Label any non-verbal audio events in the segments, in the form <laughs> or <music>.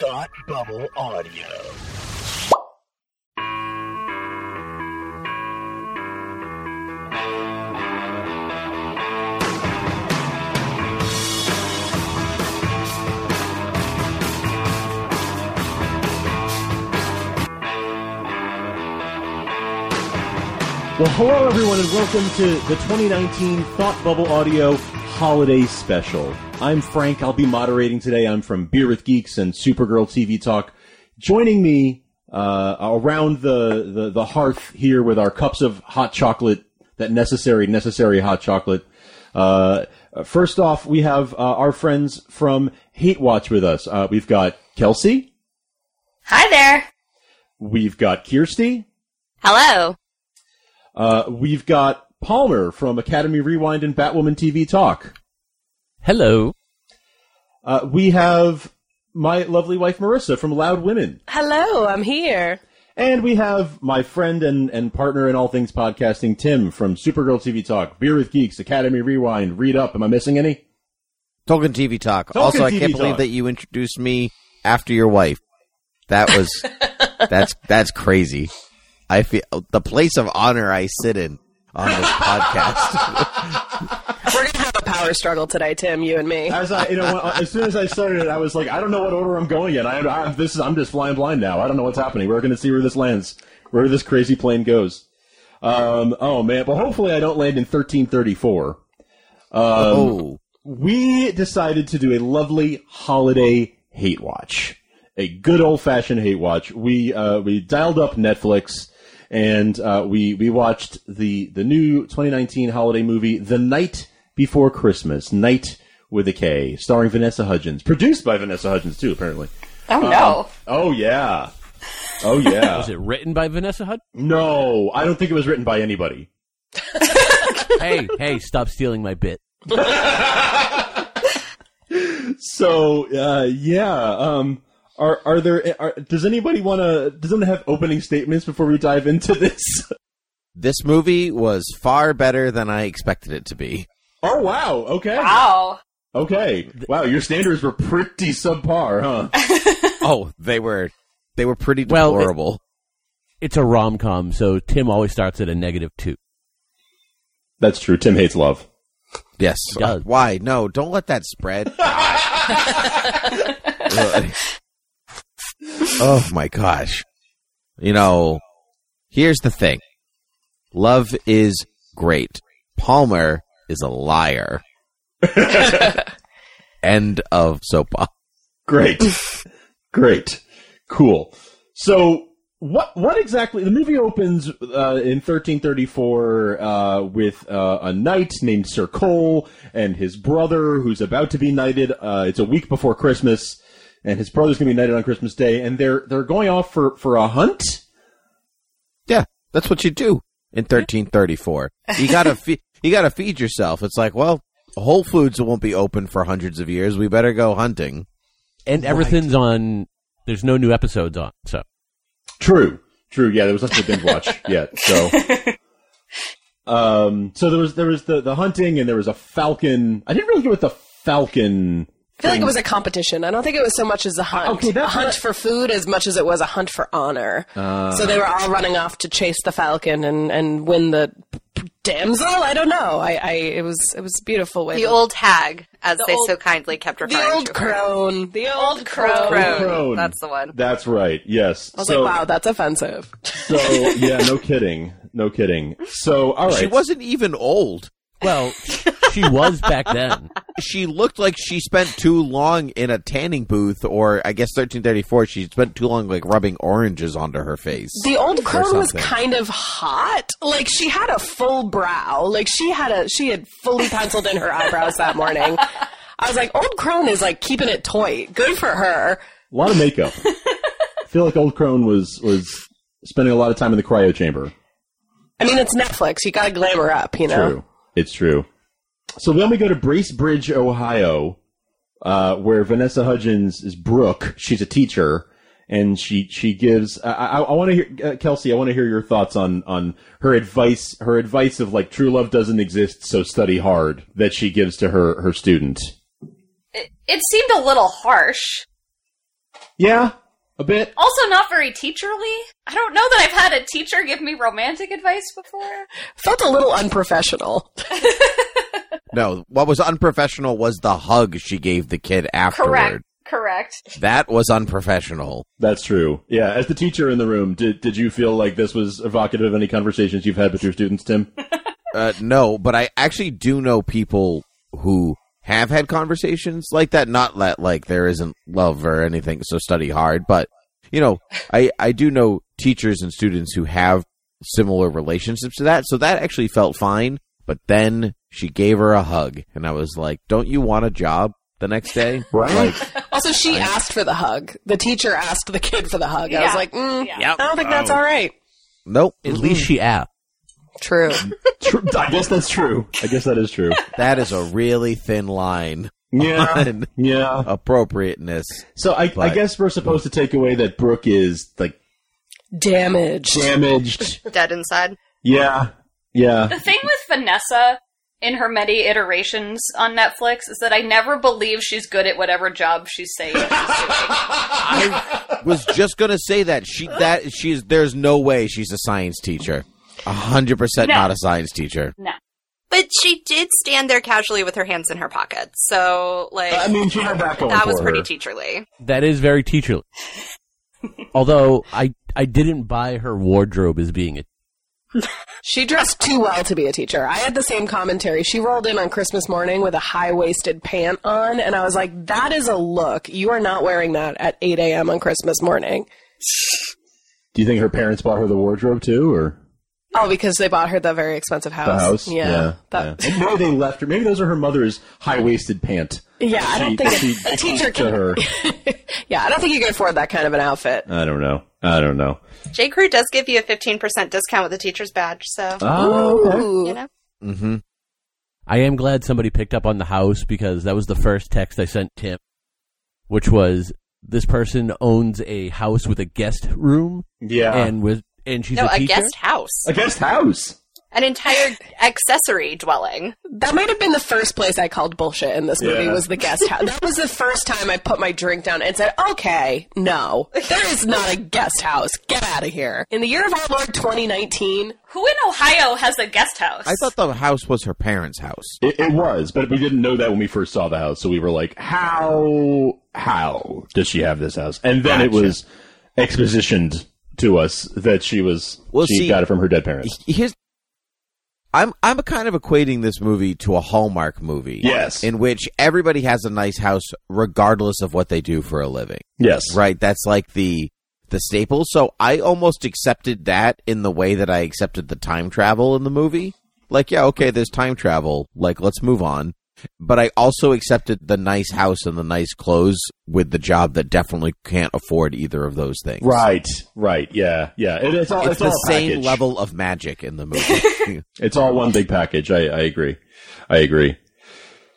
Thought Bubble Audio. Well, hello everyone, and welcome to the 2019 Thought Bubble Audio Holiday Special. I'm Frank. I'll be moderating today. I'm from Beer with Geeks and Supergirl TV Talk. Joining me uh, around the, the the hearth here with our cups of hot chocolate, that necessary necessary hot chocolate. Uh, first off, we have uh, our friends from Hate Watch with us. Uh, we've got Kelsey. Hi there. We've got Kirsty. Hello. Uh, we've got Palmer from Academy Rewind and Batwoman TV Talk. Hello. Uh, we have my lovely wife Marissa from Loud Women. Hello, I'm here. And we have my friend and, and partner in all things podcasting, Tim from Supergirl TV Talk, Beer with Geeks, Academy Rewind, Read Up. Am I missing any? Tolkien TV Talk. Tolkien also, I TV can't Talk. believe that you introduced me after your wife. That was that's that's crazy. I feel the place of honor I sit in on this podcast. We're gonna have a power struggle today, Tim. You and me. As I, you know, when- as soon as I started it, I was like, I don't know what order I'm going in. I, I, this is, I'm just flying blind now. I don't know what's happening. We're going to see where this lands, where this crazy plane goes. Um, oh man, but hopefully I don't land in 1334. oh, we decided to do a lovely holiday hate watch, a good old fashioned hate watch. We uh, we dialed up Netflix and uh, we we watched the the new 2019 holiday movie, The Night Before Christmas, Night with a K, starring Vanessa Hudgens, produced by Vanessa Hudgens too, apparently. Oh no. Um, Oh yeah, oh yeah. <laughs> Was it written by Vanessa Hud? no, I don't think it was written by anybody. <laughs> hey, hey, stop stealing my bit. So uh, yeah, um, are are there? Are, does anybody want to? Does anyone have opening statements before we dive into this? <laughs> this movie was far better than I expected it to be. oh wow, okay, Wow. okay, wow. Your standards were pretty subpar, huh? Oh, they were they were pretty Well, it- deplorable. It's a rom com, so Tim always starts at a negative two. That's true. Tim hates love. yes. does. Why? No, don't let that spread. <laughs> oh my gosh. You know, here's the thing. Love is great. Palmer is a liar. End of soapbox. Great, great, cool. So what what exactly? The movie opens uh, in 1334 uh, with uh, a knight named Sir Cole and his brother, who's about to be knighted. Uh, it's a week before Christmas, and his brother's going to be knighted on Christmas Day, and they're they're going off for for a hunt. Yeah, that's what you do in 1334. You gotta fe- you gotta feed yourself. It's like, well, Whole Foods won't be open for hundreds of years. We better go hunting. And everything's on. There's no new episodes on, so True. True. Yeah, there was nothing to binge watch yet. So, um, so there was there was the the hunting, and there was a falcon. I didn't really get what the falcon. I feel like it was a competition. I don't think it was so much as a hunt. Okay, that's a hunt what I- for food as much as it was a hunt for honor. so they were all running off to chase the falcon and, and win the damsel. I don't know. I, I it was it was a beautiful way. The to- old hag, as they old- so kindly kept referring the old to her. crone. The old, crone. Crone. That's the one. That's right. Yes. I was so, like, wow, that's offensive. so yeah, <laughs> no kidding. No kidding. So all right. She wasn't even old. <laughs> well, she was back then. she looked like she spent too long in a tanning booth, or I guess 1334. She spent too long like rubbing oranges onto her face. The old crone was something. kind of hot. Like she had a full brow. Like she had a she had fully penciled in her eyebrows that morning. I was like, old crone is like keeping it toy. Good for her. a lot of makeup. I feel like old crone was was spending a lot of time in the cryo chamber. I mean, it's Netflix. You got to glamour up, you know. True. It's true. So then we go to Bracebridge, Ohio, uh, where Vanessa Hudgens is Brooke. She's a teacher, and she she gives. I, I, I want to hear uh, Kelsey. I want to hear your thoughts on on her advice. Her advice of like true love doesn't exist, so study hard. That she gives to her her student. It, it seemed a little harsh. Yeah, a bit. Also, not very teacherly. I don't know that I've had a teacher give me romantic advice before. Felt a little unprofessional. No, what was unprofessional was the hug she gave the kid afterward. Correct. Correct. That was unprofessional. That's true. Yeah, as the teacher in the room, did did you feel like this was evocative of any conversations you've had with your students, Tim? Uh, no, but I actually do know people who have had conversations like that. Not that like there isn't love or anything, so study hard. But you know, I I do know teachers and students who have similar relationships to that. So that actually felt fine. But then she gave her a hug, and I was like, "Don't you want a job the next day?" <laughs> Right. Also, she asked for the hug. The teacher asked the kid for the hug. I was Yeah. like, mm, Yeah. I don't think that's all right. Nope. At least she asked. True. True. I guess that's true. I guess that is true. That is a really thin line on Yeah. appropriateness. So I, I But- guess we're supposed to take away that Brooke is like Damaged. damaged. Dead inside. <laughs> Yeah. Yeah. The thing with Vanessa in her many iterations on Netflix is that I never believe she's good at whatever job she's saying. I was just gonna say that she that she's there's no way she's a science teacher. A hundred percent No. not a science teacher. But she did stand there casually with her hands in her pockets. So, like, I mean, she had that going that was for pretty her. teacherly. That is very teacherly. Although I I didn't buy her wardrobe as being a She dressed too well to be a teacher. I had the same commentary. She rolled in on Christmas morning with a high waisted pant on, and I was like, that is a look. You are not wearing that at 8 a.m. on Christmas morning. Do you think her parents bought her the wardrobe too, or Oh, because they bought her the very expensive house. the house? Yeah. yeah. That- yeah. Maybe they left her. Maybe those are her mother's high waisted pant. Yeah, I don't She- think she a, a teacher gave to can. her. <laughs> Yeah, I don't think you can afford that kind of an outfit. I don't know. I don't know. J. Crew does give you a 15% discount with a teacher's badge, so, Oh, okay. you know. Mm-hmm. I am glad somebody picked up on the house because that was the first text I sent Tim, which was this person owns a house with a guest room yeah. and was and she's no, a a teacher. guest house. a guest house. An entire accessory dwelling. That might have been the first place I called bullshit in this movie Yeah. was the guest house. That was the first time I put my drink down and said, okay, no, there is not a guest house. Get out of here. In the year of our Lord 2019, Who in Ohio has a guest house? I thought the house was her parents' house. It, it was, but we didn't know that when we first saw the house, so we were like, "How? How does she have this house?" And then it Gotcha. was expositioned to us that she was Well, she see- got it from her dead parents. Here's I'm I'm kind of equating this movie to a Hallmark movie. Yes. In which everybody has a nice house regardless of what they do for a living. Yes, Right? That's like the the staple. So I almost accepted that in the way that I accepted the time travel in the movie. Like, yeah, okay, there's time travel. Like, let's move on. But I also accepted the nice house and the nice clothes with the job that definitely can't afford either of those things. right, right. Yeah, yeah. It, it's all it's, It's, the all a same package. level of magic in the movie. <laughs> It's all one big package. I, I agree. I agree.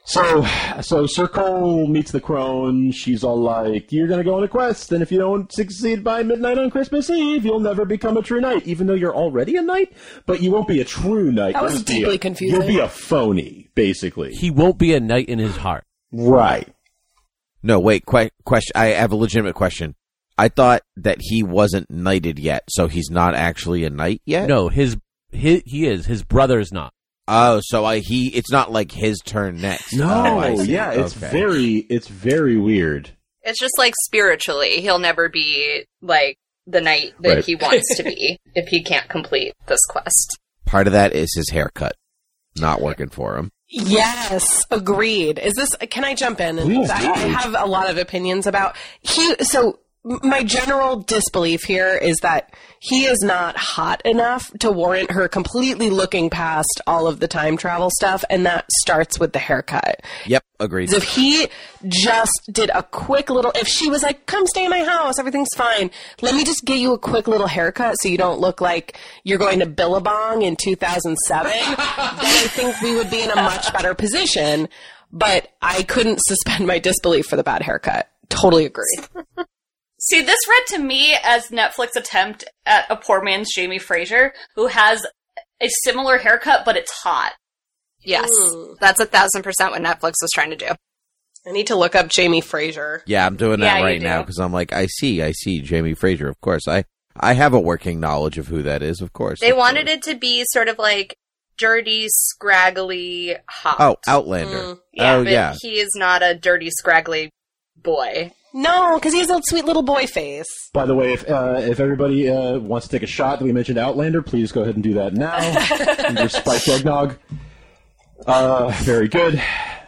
So, so Sir Cole meets the crone. She's all like, "You're gonna go on a quest, and if you don't succeed by midnight on Christmas Eve, you'll never become a true knight. Even though you're already a knight, but you won't be a true knight. That was You'll be deeply a- confusing. You'll be a phony, basically. He won't be a knight in his heart. Right. no, wait, que- question. I have a legitimate question. I thought that he wasn't knighted yet, so he's not actually a knight yet. No, his, his he is his brother is not. Oh, so I he it's not like his turn next. Oh, I see. yeah, it's Okay. very, it's very weird. It's just like spiritually, he'll never be like the knight that Right. he wants to be <laughs> if he can't complete this quest. part of that is his haircut not working for him. Yes, agreed. Is this? Can I jump in? Please I, do. I have a lot of opinions about he. So m- my general disbelief here is that he is not hot enough to warrant her completely looking past all of the time travel stuff, and that starts with the haircut. Yep, agreed. If he just did a quick little, if she was like, "Come stay in my house, everything's fine," let me just get you a quick little haircut so you don't look like you're going to Billabong in <laughs> 2007, then I think we would be in a much better position. But I couldn't suspend my disbelief for the bad haircut. Totally agree. See, this read to me as Netflix attempt at a poor man's Jamie Fraser, who has a similar haircut, but it's hot. Hmm. Yes. That's a thousand percent what Netflix was trying to do. I need to look up Jamie Fraser. Yeah, I'm doing Yeah, that you right do. now because I'm like, I see, I see Jamie Fraser. Of course, I I have a working knowledge of who that is. Of course, They wanted it to be sort of like dirty, scraggly hot. Oh, Outlander. Mm. oh but yeah, He is not a dirty, scraggly boy. No, because he has that sweet little boy face. By the way, if uh, if everybody uh, wants to take a shot that we mentioned Outlander, please go ahead and do that <laughs> now. Under spiked eggnog. Uh, very good.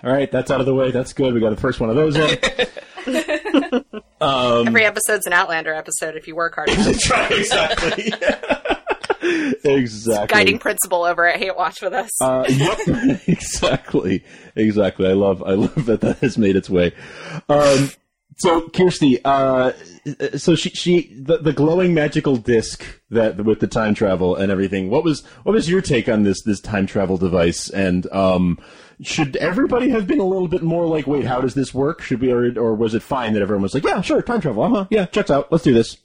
All right, that's out of the way. That's good. We got the first one of those in. Every episode's an Outlander episode if you work hard enough. That's <laughs> right, exactly. <laughs> exactly. Guiding principle over at Hate Watch with us. Uh, yep. <laughs> exactly. Exactly. I love. I love that that has made its way. Um, so Kirsty, uh, so she, she, the, the glowing magical disc that with the time travel and everything. What was what was your take on this this time travel device? And um, should everybody have been a little bit more like, wait, how does this work? Should we, or, or was it fine that everyone was like, yeah, sure, time travel, uh huh, yeah, checks out, let's do this.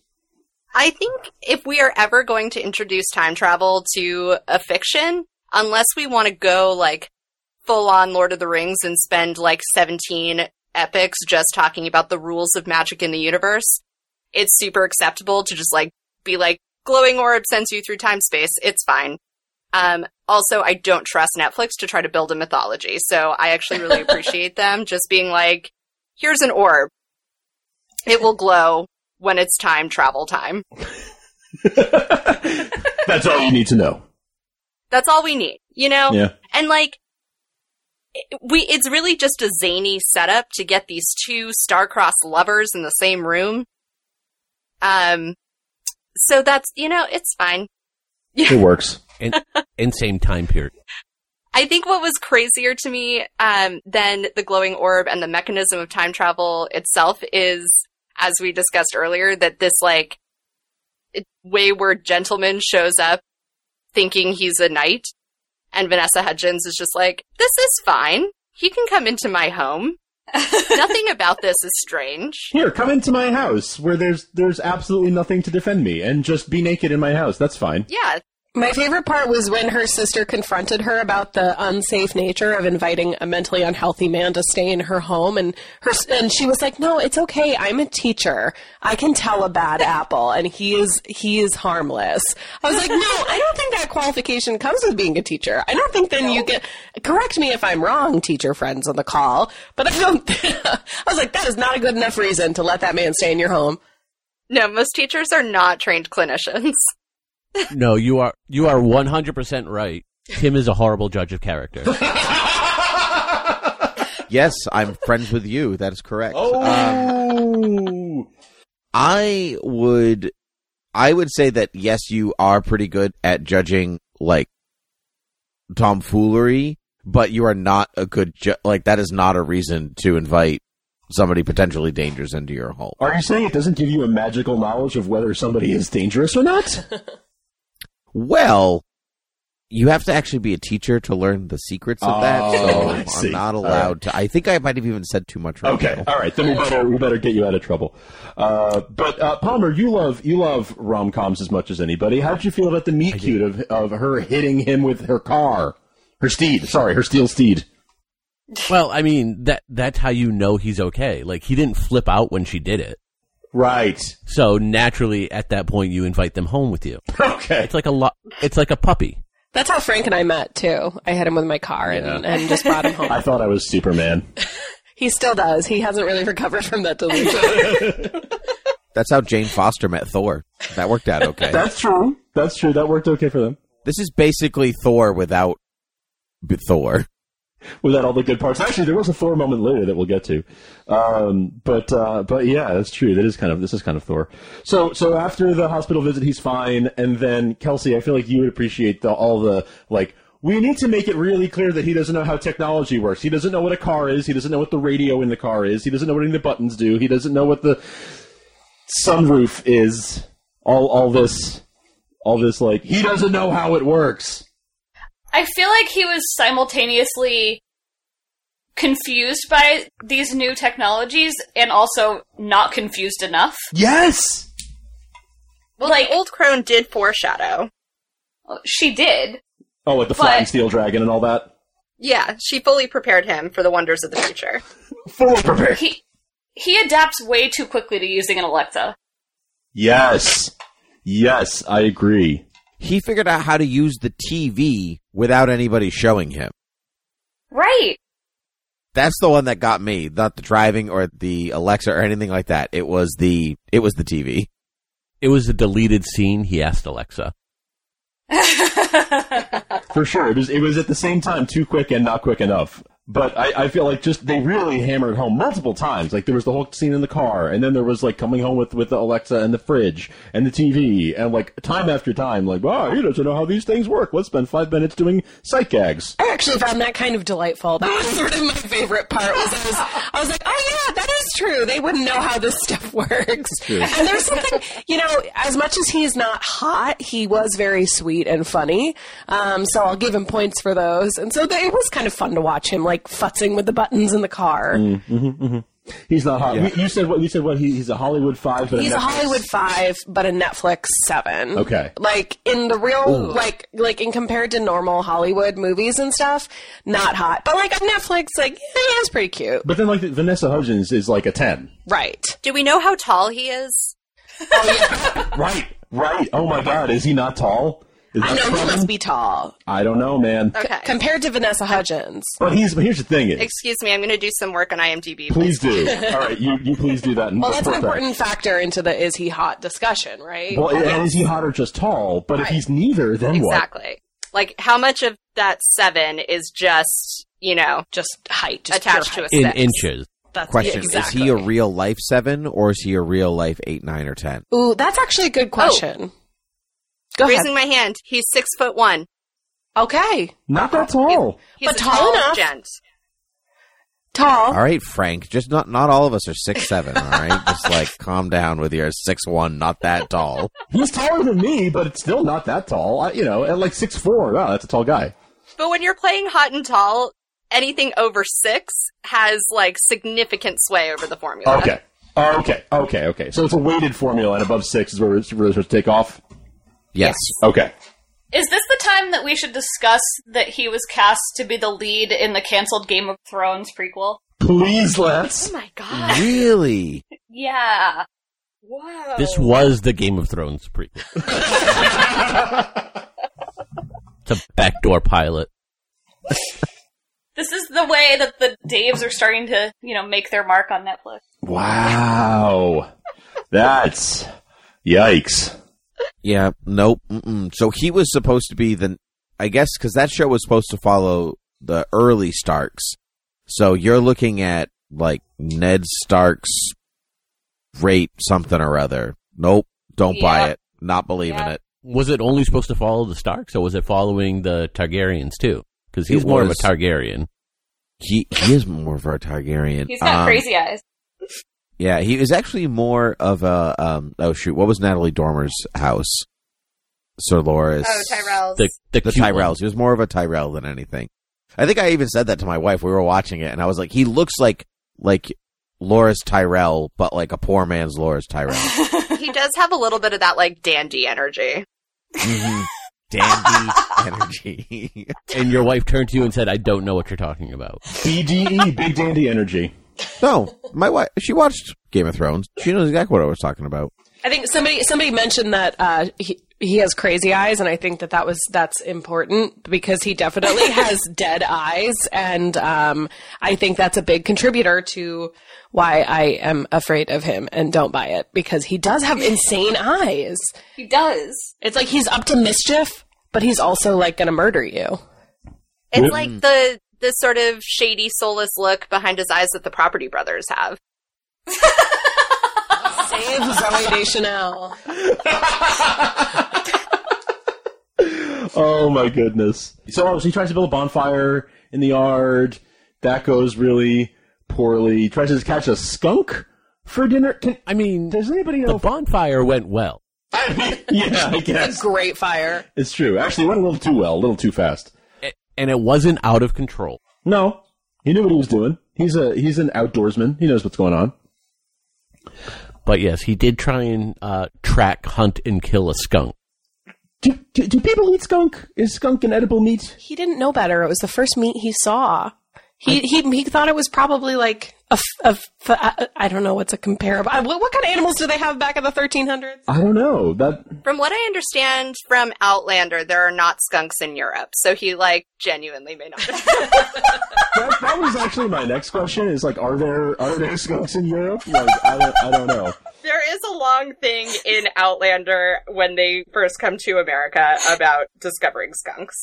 I think if we are ever going to introduce time travel to a fiction, unless we want to go like full on Lord of the Rings and spend like 17 epics just talking about the rules of magic in the universe, it's super acceptable to just like be like, glowing orb sends you through time space. It's fine. Um, also, I don't trust Netflix to try to build a mythology. So I actually really appreciate them just being like, here's an orb. It will glow when it's time travel time. That's all you need to know. That's all we need, you know? Yeah. And like, it- we, it's really just a zany setup to get these two star-crossed lovers in the same room. Um, so that's, you know, it's fine. It works. and, and same time period. I think what was crazier to me, um, than the glowing orb and the mechanism of time travel itself is, as we discussed earlier, that this like it- wayward gentleman shows up thinking he's a knight, and Vanessa Hudgens is just like, "This is fine. He can come into my <laughs> home. Nothing about this is strange." Here, come into my house where there's there's absolutely nothing to defend me, and just be naked in my house. That's fine. Yeah, My favorite part was when her sister confronted her about the unsafe nature of inviting a mentally unhealthy man to stay in her home, and her and she was like, "No, it's okay. I'm a teacher. I can tell a bad apple, and he is he is harmless." I was like, "No, I don't think that qualification comes with being a teacher. I don't think then you get correct me if I'm wrong, teacher friends on the call, but I don't. <laughs> I was like, that is not a good enough reason to let that man stay in your home." no, most teachers are not trained clinicians. No, you are you are one hundred percent right. Tim is a horrible judge of character. yes, I'm friends with you. That is correct. Um, Oh, I would, I would say that yes, you are pretty good at judging like tomfoolery, but you are not a good ju- like that is not a reason to invite somebody potentially dangerous into your home. are you saying it doesn't give you a magical knowledge of whether somebody is dangerous or not? Well, you have to actually be a teacher to learn the secrets of that. Oh, So I see. I'm not All allowed to. I think I might have even said too much. Right <laughs> Okay, now. all right. Then we better we better get you out of trouble. Uh, but uh, Palmer, you love you love rom coms as much as anybody. How did you feel about the meet cute of of her hitting him with her car, her steed? Sorry, her steel steed. well, I mean that that's how you know he's okay. Like he didn't flip out when she did it. Right. <laughs> So naturally, at that point, you invite them home with you. Okay. It's like a lo- It's like a puppy. That's how Frank and I met too. I hit him with my car and, and just brought <laughs> him home. I thought I was Superman. He still does. He hasn't really <laughs> recovered from that delusion. That's how Jane Foster met Thor. That worked out okay. That's true. That's true. That worked okay for them. this is basically Thor without b- Thor. without all the good parts. Actually, there was a Thor moment later that we'll get to, um, but uh, but yeah, that's true. That is kind of this is kind of Thor. So so after the hospital visit, he's fine, and then Kelsey, I feel like you would appreciate the, all the like. We need to make it really clear that he doesn't know how technology works. He doesn't know what a car is. He doesn't know what the radio in the car is. He doesn't know what any of the buttons do. He doesn't know what the sunroof is. All all this, all this like he doesn't know how it works. I feel like he was simultaneously confused by these new technologies and also not confused enough. Yes. Well, Like- the old crone did foreshadow. She did. Oh, like the flying But- steel dragon and all that. Yeah, she fully prepared him for the wonders of the future. Fully prepared. He he adapts way too quickly to using an Alexa. Yes. Yes, I agree. He figured out how to use the TV without anybody showing him. Right. That's the one that got me, not the driving or the Alexa or anything like that. It was the it was the TV. It was a deleted scene. He asked Alexa. For sure. It was, it was at the same time too quick and not quick enough. But I, I feel like just they really hammered home multiple times. Like there was the whole scene in the car, and then there was like coming home with, with the Alexa and the fridge and the TV, and like time after time, like, wow, he doesn't know how these things work. Let's spend five minutes doing sight gags. <laughs> I actually found that kind of delightful. That was sort of my favorite part. Was I was, I was like, oh yeah, that is true. They wouldn't know how this stuff <laughs> works. And there's something, you know, as much as he's not hot, he was very sweet and funny. Um, so I'll give him points for those. And so they, it was kind of fun to watch him like futzing with the buttons in the car. He's not hot. We- you said what? You said what? He, he's a Hollywood five, but He's a Netflix- Hollywood five, but a Netflix seven. Okay. Like in the real, like like in compared to normal Hollywood movies and stuff, not hot. But like on Netflix, like yeah, it's pretty cute, But then like Vanessa Hudgens is like a ten. right? Do we know how tall he is? Right. Right. Oh my God. Is he not tall? Is I that know he something? must be tall I don't know, man. Okay. compared to Vanessa Hudgens. But he's. But here's the thing. Is, Excuse me, I'm going to do some work on IMDb. please <laughs> do. All right. You, you please do that. and Well, that's an report back. important factor into the is he hot discussion, right? Well, and is he hot or just tall? But if he's neither, then what? Exactly. Like, how much of that seven is just, you know, just height just pure attached to a height. In six? inches. That's Question: exactly. Is he a real life seven or is he a real life eight, nine, or ten? Ooh, that's actually a good question. Go ahead. Oh. Raising my hand, he's six foot one. Okay, Not that tall. He's But a tall tall enough. gent. tall. Oh. All right, Frank. Just not not all of us are six seven. All right, just like <laughs> calm down with your six one, not that tall. He's taller than me, but it's still not that tall. I, you know, at like six four. Wow, that's a tall guy. But when you're playing hot and tall, anything over six has like significant sway over the formula. Okay. Okay. Okay. Okay. So it's a weighted formula, and above six is where it's where it's supposed to take off. Yes. Okay. Is this the time that we should discuss that he was cast to be the lead in the canceled Game of Thrones prequel? Please let's. Oh my god. Really? Yeah. Wow. This was the Game of Thrones prequel. it's a backdoor pilot. This is the way that the Daves are starting to, you know, make their mark on Netflix. Wow. That's yikes. Yeah. Nope. Mm-mm. So he was supposed to be the, I guess, because that show was supposed to follow the early Starks. So you're looking at like Ned Stark's rape something or other. Nope. Don't buy Yep. it. Not believing Yep. it. Was it only supposed to follow the Starks, or was it following the Targaryens too? Because he's It more was. of a Targaryen. He he is more of a Targaryen. He's got Um, crazy eyes. Yeah, he was actually more of a um oh shoot, what was Natalie Dormer's house? Sir Loris. Oh, Tyrell's. The the, The cute one. Tyrells. He was more of a Tyrell than anything. I think I even said that to my wife. We were watching it and I was like, he looks like like Loris Tyrell, but like a poor man's Loris Tyrell. he does have a little bit of that like dandy energy. Mhm. Dandy energy. And your wife turned to you and said, "I don't know what you're talking about." BDE, E, big dandy energy. <laughs> no, my wife she watched Game of Thrones. She knows exactly what I was talking about. I think somebody somebody mentioned that uh, he he has crazy eyes, and I think that that was that's important because he <laughs> definitely has dead eyes, and um, I think that's a big contributor to why I am afraid of him and don't buy it because he does have insane eyes. He does. It's like he's up to mischief, but he's also like going to murder you. It's Well- like the the sort of shady, soulless look behind his eyes that the Property Brothers have. Save Zoe Deschanel. Oh my goodness. So, oh, so he tries to build a bonfire in the yard. That goes really poorly. He tries to catch a skunk for dinner. <laughs> Can, I mean, does anybody the know? bonfire went well. yeah, I A guess great fire. it's true. Actually, it went a little too well, a little too fast. A- and it wasn't out of control. No, he knew what he was doing. He's a he's an outdoorsman. He knows what's going on. But yes, he did try and uh, track, hunt, and kill a skunk. Do, do, do people eat skunk? Is skunk an edible meat? He didn't know better. It was the first meat he saw. He he he thought it was probably like A f- a f- I- I don't know what's a comparable. I- What, what kind of animals do they have back in the 1300s? I don't know that. From what I understand from Outlander, there are not skunks in Europe, so he like genuinely may not. That, that was actually my next question. Is like, are there are there skunks in Europe? Like, I don't, I don't know. <laughs> there is a long thing in Outlander when they first come to America about discovering skunks.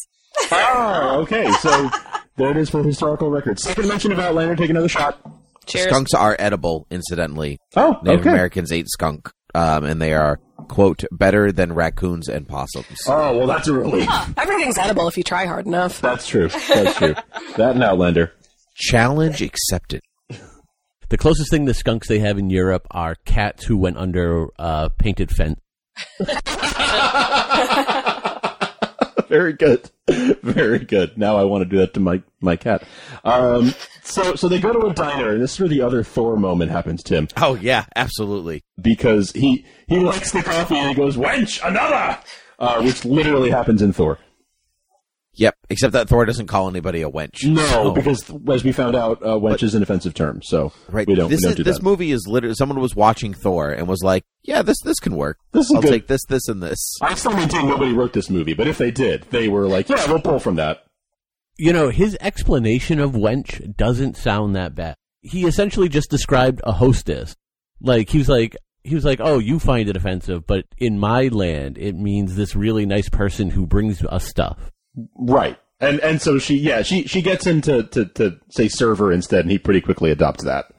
Oh, okay. So there it is for historical records. Second mention of Outlander. Take another shot. Cheers. Skunks are edible, incidentally. Oh, Native okay. Americans ate skunk, um, and they are quote better than raccoons and possums. Oh, well, that's a relief. Everything's edible if you try hard enough. That's true. That's true. That and Outlander. Challenge accepted. The closest thing to skunks they have in Europe are cats who went under uh, painted fence. Very good. <laughs> Very good. Now I want to do that to my my cat. Um, so so they go to a diner, and this is where the other Thor moment happens, Tim, Oh yeah, absolutely. because he he likes the coffee and he goes, "Wench, another," uh, which literally happens in Thor. Yep. Except that Thor doesn't call anybody a wench. No, So- because as we found out, uh, wench is an offensive term, so right. we don't this we don't is, do this that. movie is literally someone was watching Thor and was like, "Yeah, this this can work. This is I'll good. take this, this, and this." I still maintain nobody wrote this movie, but if they did, they were like, "Yeah, we'll pull from that." You know, his explanation of wench doesn't sound that bad. He essentially just described a hostess. Like he was like he was like, "Oh, you find it offensive, but in my land, it means this really nice person who brings us stuff." Right. And and so she yeah, she she gets him to to, to say server instead and he pretty quickly adopts that.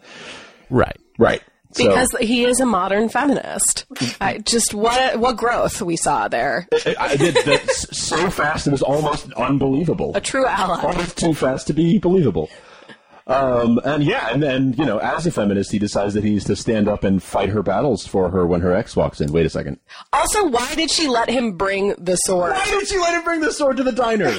Right. Right. So Because he is a modern feminist. I, just what what growth we saw there. I, I did that s- so fast it was almost unbelievable. A true ally. Almost too fast to be believable. Um, and yeah, and then you know, as a feminist, he decides that he needs to stand up and fight her battles for her when her ex walks in. Wait a second. Also, why did she let him bring the sword? Why did she let him bring the sword to the diner?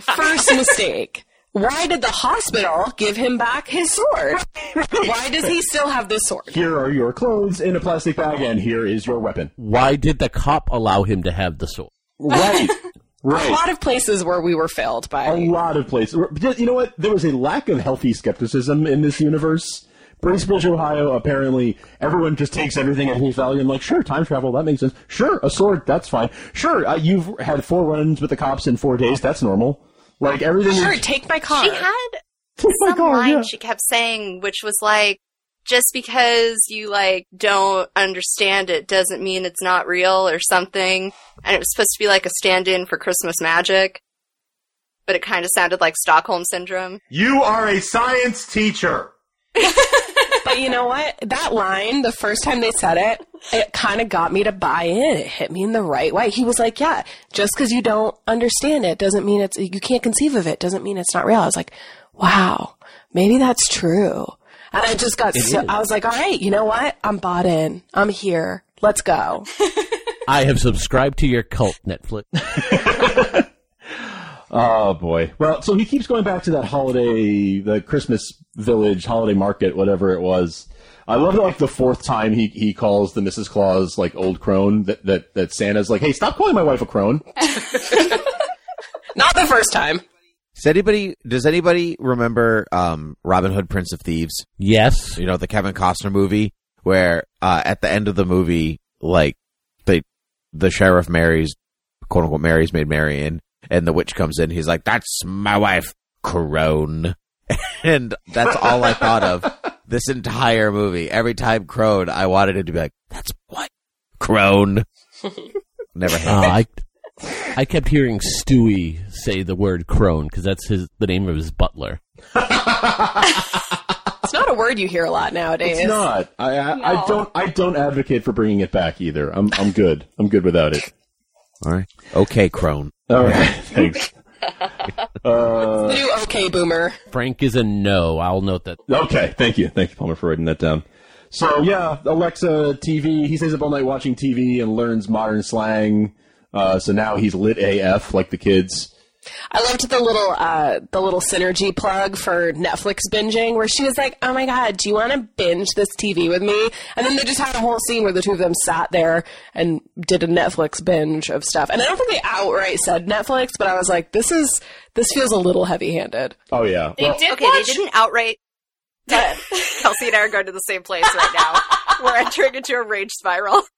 <laughs> first mistake. Why did the hospital give him back his sword? Why does he still have this sword? Here are your clothes in a plastic bag, and here is your weapon. Why did the cop allow him to have the sword? Right, A <laughs> right. lot of places where we were failed a by. lot of places. You know what? There was a lack of healthy skepticism in this universe. Bracebridge, Ohio, apparently everyone just takes everything at face value and like, sure, time travel, that makes sense. Sure, a sword, that's fine. Sure, uh, you've had four runs with the cops in four days, that's normal. Like everything. Sure, is, take my car. She had Oh my some God, line yeah. she kept saying, which was like, just because you like don't understand it doesn't mean it's not real or something. And it was supposed to be like a stand-in for Christmas magic, but it kind of sounded like Stockholm syndrome. You are a science teacher. But you know what? That line, the first time they said it, it kind of got me to buy in. It hit me in the right way. He was like, "Yeah, just because you don't understand it doesn't mean it's you can't conceive of it doesn't mean it's not real." I was like, "Wow, maybe that's true." And I just got so I was like, "All right, you know what? I'm bought in. I'm here. Let's go." <laughs> I have subscribed to your cult, Netflix. Oh boy. Well, so he keeps going back to that holiday, the Christmas village, holiday market, whatever it was. I love that, like the fourth time he, he calls the Mrs. Claus like old crone that, that that Santa's like, hey, stop calling my wife a crone. Not the first time. Does anybody does anybody remember um, Robin Hood, Prince of Thieves? yes. You know the Kevin Costner movie where uh, at the end of the movie, like they the sheriff marries quote unquote marries Maid Marian, and the witch comes in. He's like, "That's my wife, Crone," <laughs> and that's all I thought of this entire movie. Every time Crone, I wanted him to be like, "That's what Crone." <laughs> Never Uh, happened. I I kept hearing Stewie say the word crone because that's his the name of his butler. It's not a word you hear a lot nowadays. It's not. I, I, I No. don't. I don't advocate for bringing it back either. I'm. I'm good. I'm good without it. all right, okay, Crone. All right. Thanks. The new okay boomer. Frank is a no. I'll note that. Okay. Thank you. Thank you, Palmer, for writing that down. So yeah, Alexa TV. He stays up all night watching TV and learns modern slang. Uh, so now he's lit AF like the kids. I loved the little uh, the little synergy plug for Netflix binging, where she was like, "Oh my god, do you want to binge this TV with me?" And then they just had a whole scene where the two of them sat there and did a Netflix binge of stuff. And I don't think they outright said Netflix, but I was like, "This is this feels a little heavy handed." Oh yeah. They Well, did Okay, watch. they didn't outright But <laughs> Kelsey and I are going to the same place right now. We're entering into a rage spiral. <laughs>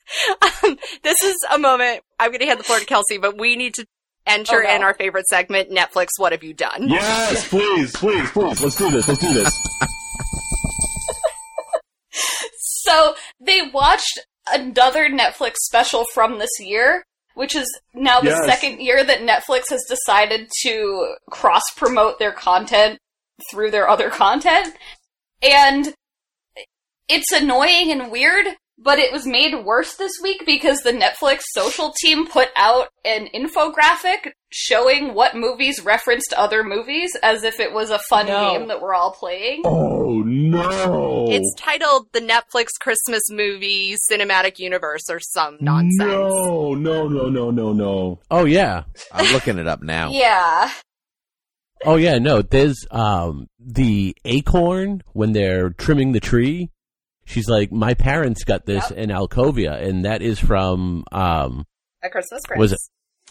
Um, this is a moment. I'm going to hand the floor to Kelsey, but we need to enter Oh, no. in our favorite segment, Netflix. What have you done? Yes, please, please, please. Let's do this. Let's do this. So they watched another Netflix special from this year, which is now the Yes. second year that Netflix has decided to cross promote their content through their other content. And it's annoying and weird, but it was made worse this week because the Netflix social team put out an infographic showing what movies referenced other movies as if it was a fun No. game that we're all playing. Oh no! It's titled the Netflix Christmas movie cinematic universe or some nonsense. No, no, no, no, no, no. Oh yeah. I'm looking it up now. <laughs> Yeah. Oh yeah, no, there's um the acorn when they're trimming the tree. She's like, My parents got this in Alcovia and that is from um A Christmas Prince. Was it-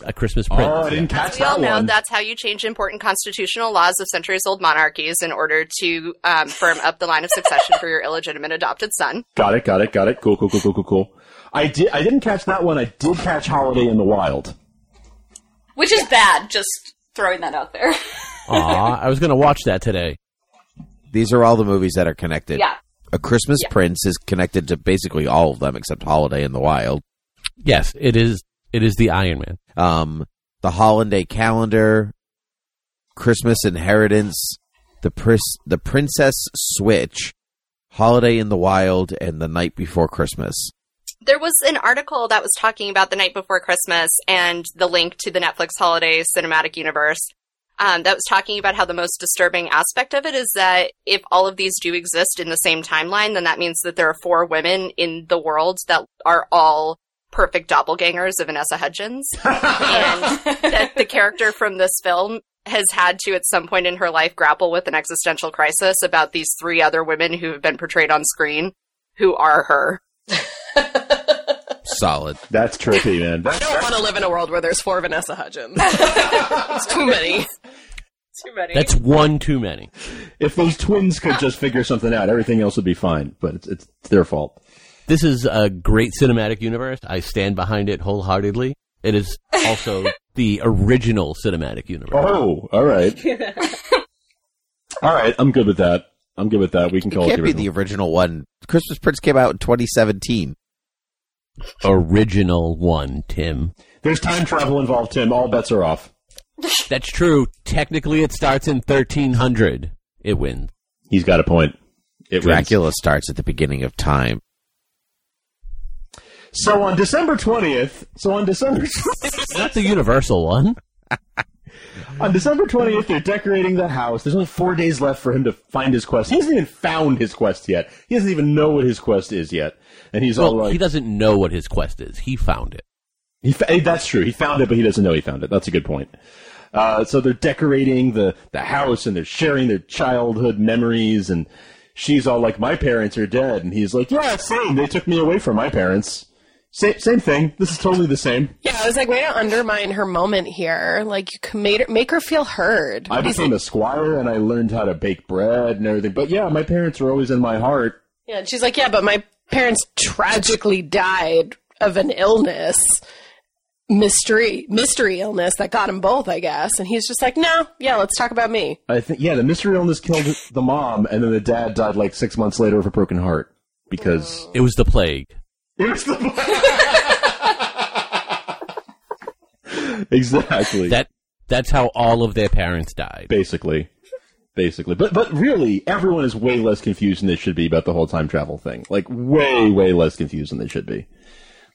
a Christmas Oh, Prince. I didn't Yeah. catch we all that know one. that's how you change important constitutional laws of centuries old monarchies in order to um, firm up the line of succession for your illegitimate adopted son. Got it, got it, got it. Cool, cool, cool, cool, cool, cool. I did. I didn't catch that one. I did catch Holiday in the Wild. Which is bad, just throwing that <laughs> out there. Aw, I was gonna watch that today. These are all the movies that are connected. yeah. A Christmas Prince is connected to basically all of them except Holiday in the Wild. Yes, it is it is the Iron Man. Um, the Holiday Calendar, Christmas Inheritance, the Pris- the Princess Switch, Holiday in the Wild, and The Night Before Christmas. There was an article that was talking about the night before Christmas and the link to the Netflix holiday cinematic universe. Um, that was talking about how the most disturbing aspect of it is that if all of these do exist in the same timeline, then that means that there are four women in the world that are all perfect doppelgangers of Vanessa Hudgens. and that the character from this film has had to at some point in her life grapple with an existential crisis about these three other women who have been portrayed on screen who are her. Solid. That's trippy, man. I don't want to live in a world where there's four Vanessa <laughs> Hudgens. it's too many. Too many. That's one too many. if those twins could just figure something out, everything else would be fine. But it's it's their fault. This is a great cinematic universe. I stand behind it wholeheartedly. It is also the original cinematic universe. Oh, all right. all right, I'm good with that. I'm good with that. We can It call can't it be the original one. Christmas Prince came out in 2017. Original one, Tim. There's time travel involved, Tim. All bets are off. That's true. Technically, it starts in 1300. It wins. He's got a point. It wins. Dracula starts at the beginning of time. So on December 20th, so on <laughs> December That's a universal one. on December 20th, they're decorating the house. There's only 4 days left for him to find his quest. He hasn't even found his quest yet. He doesn't even know what his quest is yet. And he's all Well, like he doesn't know what his quest is. He found it. He fa- hey, that's true. He found it, but he doesn't know he found it. That's a good point. Uh, so they're decorating the, the house and they're sharing their childhood memories. And she's all like, "My parents are dead," and he's like, "Yeah, same. They took me away from my parents. Same same thing. This is totally the same. Yeah, I was like, way to undermine her moment here. Like, you can made her, make her feel heard. I became a squire and I learned how to bake bread and everything. But yeah, my parents were always in my heart. Yeah, and she's like, yeah, but my parents tragically died of an illness, mystery mystery illness that got them both, I guess. And he's just like, no, yeah, let's talk about me. I think yeah, the mystery illness killed the mom, and then the dad died like six months later of a broken heart because." It was the plague. Oh. Here's the <laughs> Exactly. That that's how all of their parents died. basically. Basically. But but really, everyone is way less confused than they should be about the whole time travel thing. Like way, way less confused than they should be.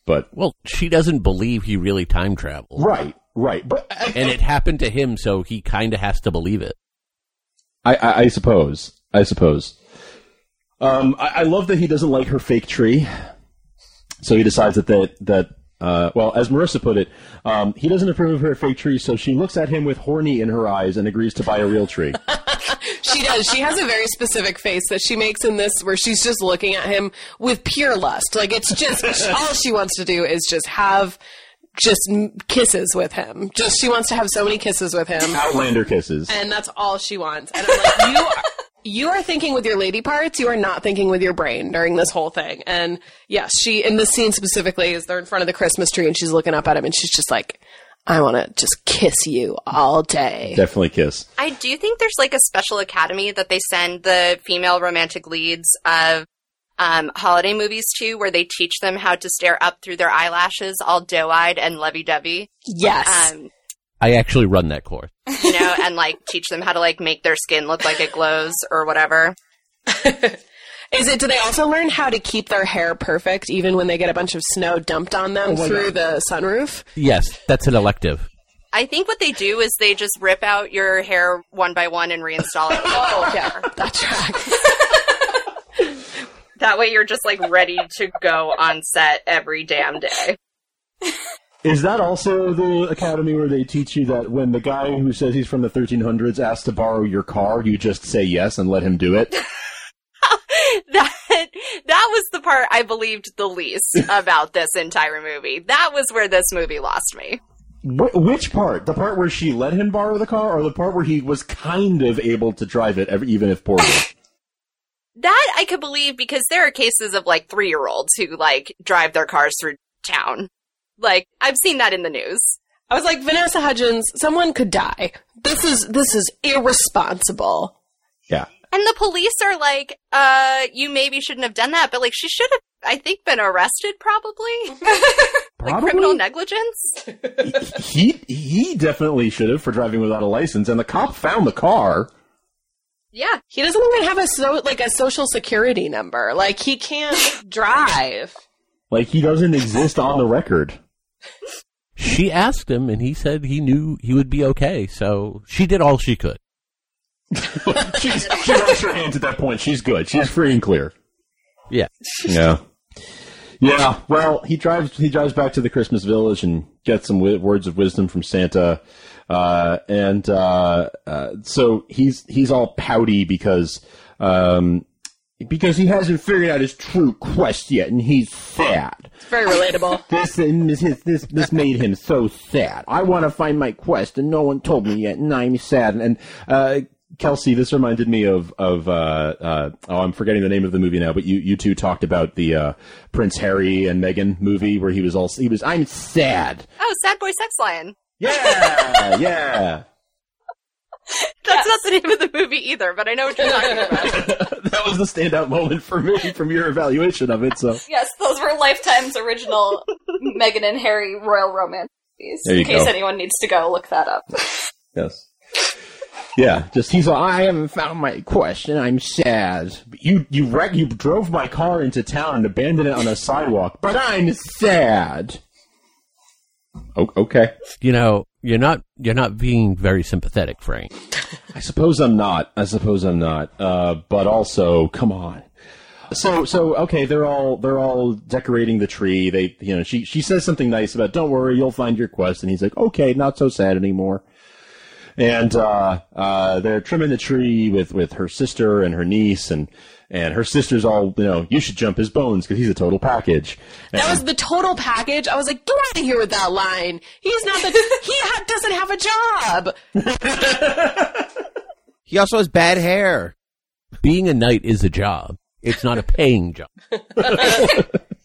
But Well, she doesn't believe he really time traveled, right, right. But I and it happened to him, so he kind of has to believe it. I, I, I suppose. I suppose. Um I, I love that he doesn't like her fake tree. So he decides that that, that uh, well, as Marissa put it, um, he doesn't approve of her fake tree, so she looks at him with horny in her eyes and agrees to buy a real tree. She does. She has a very specific face that she makes in this where she's just looking at him with pure lust. Like, it's just all she wants to do is just have just m- kisses with him. Just she wants to have so many kisses with him. Outlander kisses. and that's all she wants. And I'm like, you <laughs> are, you are thinking with your lady parts, you are not thinking with your brain during this whole thing. And yes, she in this scene specifically is they're in front of the Christmas tree and she's looking up at him and she's just like, I want to just kiss you all day. Definitely kiss. I do think there's like a special academy that they send the female romantic leads of um, holiday movies to, where they teach them how to stare up through their eyelashes, all doe-eyed and lovey-dovey. Yes. Um, I actually run that course. you know, and like teach them how to like make their skin look like it glows or whatever. is it, do they also learn how to keep their hair perfect even when they get a bunch of snow dumped on them through the sunroof? Yes, that's an elective. I think what they do is they just rip out your hair one by one and reinstall it. oh, Yeah, <laughs> that tracks. That way you're just like ready to go on set every damn day. Is that also the academy where they teach you that when the guy who says he's from the 1300s asks to borrow your car, you just say yes and let him do it? <laughs> That that was the part I believed the least about this entire movie. That was where this movie lost me. Wh- which part? The part where she let him borrow the car, or the part where he was kind of able to drive it, ev- even if poorly? That I could believe because there are cases of like three year olds who like drive their cars through town. Like I've seen that in the news. I was like, Vanessa Hudgens, someone could die. This is this is irresponsible. yeah. And the police are like, uh, you maybe shouldn't have done that, but like she should have, I think, been arrested probably. like criminal negligence. he he definitely should have for driving without a license, and the cop found the car. Yeah. He doesn't even have a so like a social security number. Like he can't drive. Like he doesn't exist on the record. She asked him, and he said he knew he would be okay, so she did all she could. She's she washed her hands at that point. She's good. She's free and clear. Yeah. Yeah. Yeah. Well, he drives. He drives back to the Christmas village and gets some wi- words of wisdom from Santa. Uh, and uh, uh, so he's he's all pouty because um, because he hasn't figured out his true quest yet, and he's sad. It's very relatable. This this this this made him so sad. I want to find my quest, and no one told me yet, and I'm sad. And uh, Kelsey, this reminded me of of uh, uh, oh, I'm forgetting the name of the movie now, but you you two talked about the uh, Prince Harry and Meghan movie where he was all he was I'm sad. Oh, sad boy sex lion. Yeah, yeah. <laughs> That's not the name of the movie either, but I know what you're talking about. that was the standout moment for me from your evaluation of it. So Yes, those were Lifetime's original Meghan and Harry royal romance movies. There you in case go. anyone needs to go look that up. Yes. Yeah, just he's like, I haven't found my quest, and I'm sad. But You you wreck, you drove my car into town and abandoned it on a sidewalk, but I'm sad. O- okay, You know, you're not you're not being very sympathetic, Frank. I suppose I'm not. I suppose I'm not. Uh, but also, come on. So so okay, they're all they're all decorating the tree. They you know she she says something nice about don't worry, you'll find your quest, and he's like, okay, not so sad anymore. and uh, uh, they're trimming the tree with, with her sister and her niece, and and her sister's all you know. You should jump his bones because he's a total package. And <laughs> That was the total package. I was like, get out of here with that line. He's not the he ha- doesn't have a job. He also has bad hair. Being a knight is a job. It's <laughs> not a paying job.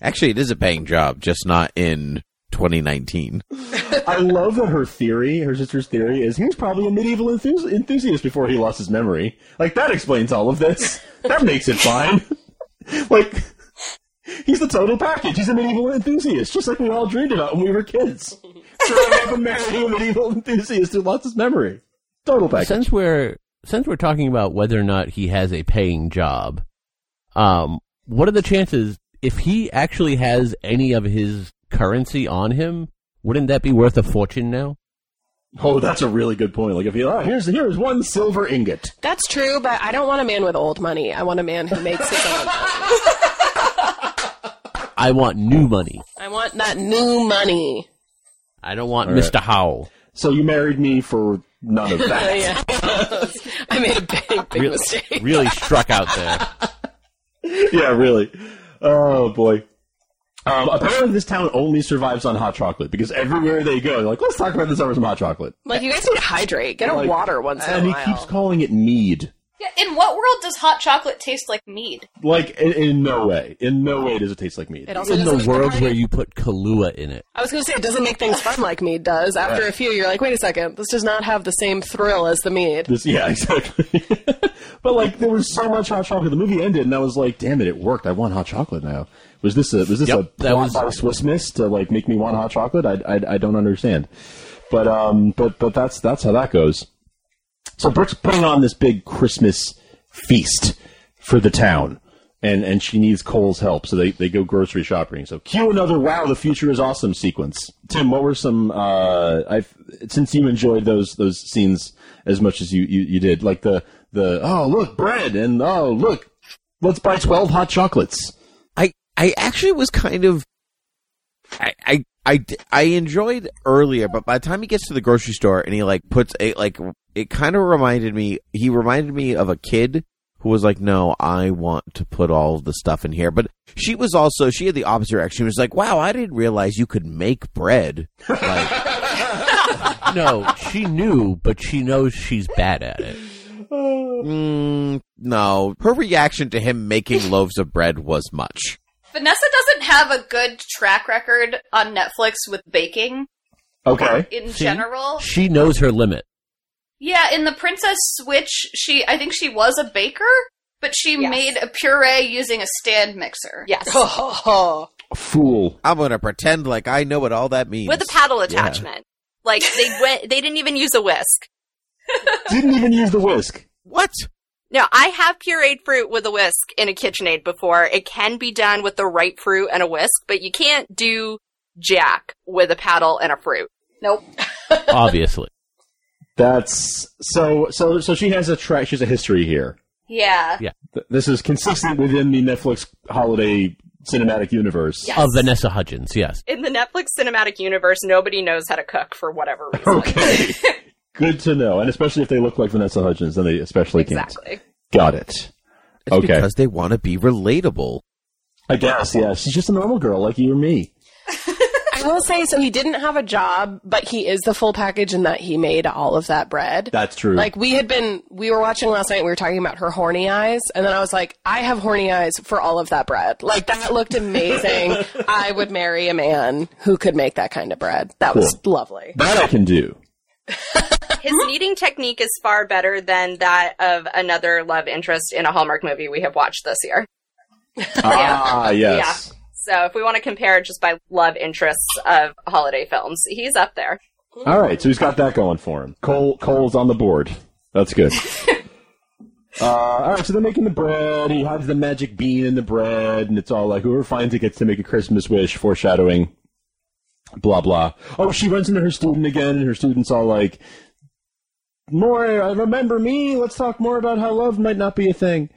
Actually, it is a paying job, just not in 2019. I love that her theory, her sister's theory, is he was probably a medieval enthusi- enthusiast before he lost his memory. Like that explains all of this. That makes it fine. <laughs> like he's the total package. He's a medieval enthusiast, just like we all dreamed about when we were kids. Growing up and marrying a medieval enthusiast who lost his memory. Total package. Since we're since we're talking about whether or not he has a paying job, um, what are the chances if he actually has any of his currency on him? Wouldn't that be worth a fortune now? Oh, that's a really good point. Like if you oh, here's here's one silver ingot. That's true, but I don't want a man with old money. I want a man who makes his own. I want new money. I want that new money. I don't want All right. Mr. Howell. So you married me for none of that. Yeah. <laughs> I made a big, big mistake. Really <laughs> struck out there. yeah, really. Oh boy. Um, apparently, this town only survives on hot chocolate because everywhere they go, they're like, "Let's talk about this over some hot chocolate." Like you guys need to hydrate. Get a Like, water once in and a he while. keeps calling it mead. Yeah, in what world does hot chocolate taste like mead? Like in, in no way, in no way does it taste like mead. It also in the doesn't- world where you put Kahlua in it. I was going to say it doesn't make things fun like mead does. After a few, you're like, wait a second, this does not have the same thrill as the mead. <laughs> This, yeah, <laughs> exactly. but like, there was so much hot chocolate. The movie ended, and I was like, "Damn it, it worked! I want hot chocolate now." Was this a was this Yep, a that plot was- by Swiss Miss to like make me want hot chocolate? I, I, I don't understand. But um, but but that's that's how that goes. So Brooke's putting on this big Christmas feast for the town, and and she needs Cole's help, so they they go grocery shopping. So cue another "Wow, the future is awesome" sequence. Tim, what were some? Uh, I since you enjoyed those those scenes as much as you, you you did, like the the oh look bread and oh look let's buy twelve hot chocolates. I I actually was kind of I I I, d- I enjoyed earlier, but by the time he gets to the grocery store and he like puts a like it kind of reminded me he reminded me of a kid who was like, "No, I want to put all of the stuff in here." But she was also she had the opposite reaction. She was like, "Wow, I didn't realize you could make bread." Like, No, she knew, but she knows she's bad <laughs> at it. mm, no, her reaction to <laughs> him making loaves of bread was much. Vanessa doesn't have a good track record on Netflix with baking Okay, in See? general. She knows her limit. Yeah, in the Princess Switch, she I think she was a baker, but she Yes. made a puree using a stand mixer. Yes. fool. I'm gonna pretend like I know what all that means. With a paddle Yeah. attachment. Like they went they didn't even use a whisk. Didn't even use the whisk. What? No, I have pureed fruit with a whisk in a KitchenAid before. It can be done with the right fruit and a whisk, but you can't do jack with a paddle and a fruit. Nope. Obviously, That's so so so she has a track. She has a history here. Yeah. Th- This is consistent within the Netflix holiday cinematic universe. Yes. of Vanessa Hudgens. Yes, In the Netflix cinematic universe, nobody knows how to cook for whatever reason. <laughs> Okay. Good to know, and especially if they look like Vanessa Hudgens, then they especially Exactly. can't. Got it. It's Okay. because they want to be relatable. I guess. Yeah, she's just a normal girl like you or me. I will say, so he didn't have a job, but he is the full package in that he made all of that bread. That's true. Like we had been, we were watching last night. and We were talking about her horny eyes, and then I was like, I have horny eyes for all of that bread. Like that <laughs> looked amazing. I would marry a man who could make that kind of bread. That was Cool. lovely. that I can <laughs> do. His kneading technique is far better than that of another love interest in a Hallmark movie we have watched this year. Ah, yes. So if we want to compare just by love interests of holiday films, he's up there. All right, so he's got that going for him. Cole Cole's on the board. That's good. uh, all right, so they're making the bread. He hides the magic bean in the bread, and it's all like whoever finds it gets to make a Christmas wish. Foreshadowing. Blah blah. Oh, she runs into her student again, and her student's all like, "More, uh, remember me. Let's talk more about how love might not be a thing."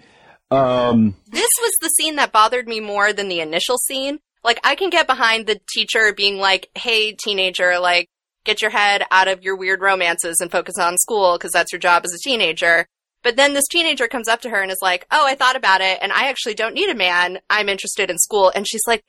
Um, this was the scene that bothered me more than the initial scene. Like, I can get behind the teacher being like, hey, teenager, like, get your head out of your weird romances and focus on school because that's your job as a teenager. But then this teenager comes up to her and is like, oh, I thought about it and I actually don't need a man. I'm interested in school. And she's like,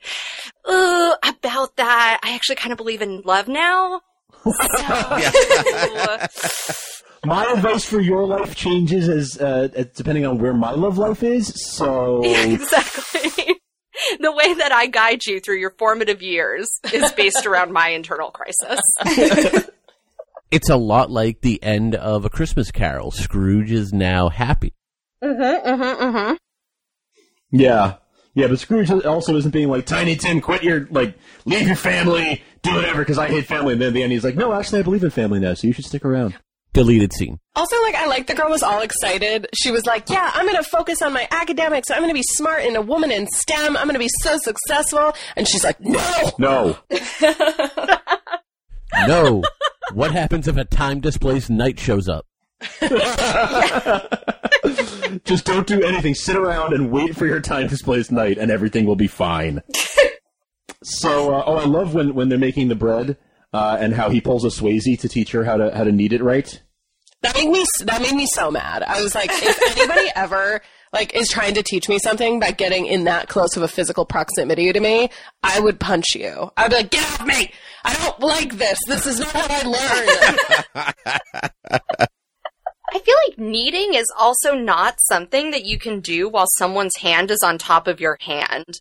ooh, about that. I actually kind of believe in love now. <laughs> So, my advice for your life changes as uh, as- depending on where my love life is. So Yeah, exactly. <laughs> The way that I guide you through your formative years is based around my internal crisis. it's a lot like the end of A Christmas Carol. Scrooge is now happy. Yeah. Yeah, but Scrooge also isn't being like, Tiny Tim, quit your, like, leave your family, do whatever, because I hate family. And then at the end, he's like, no, actually, I believe in family now, so you should stick around. Deleted scene. Also, like I like the girl was all excited. She was like, "Yeah, I'm going to focus on my academics. I'm going to be smart and a woman in STEM. I'm going to be so successful." And she's like, "No, No. No. what happens if a time displaced knight shows up? <laughs> Just don't do anything. Sit around and wait for your time to play night, and everything will be fine. so, uh, oh, I love when, when they're making the bread uh, and how he pulls a Swayze to teach her how to, how to knead it right. That made me that made me so mad. I was like, if anybody ever like is trying to teach me something by getting in that close of a physical proximity to me, I would punch you. I'd be like, get off me! I don't like this. This is not how I learn. I feel like kneading is also not something that you can do while someone's hand is on top of your hand.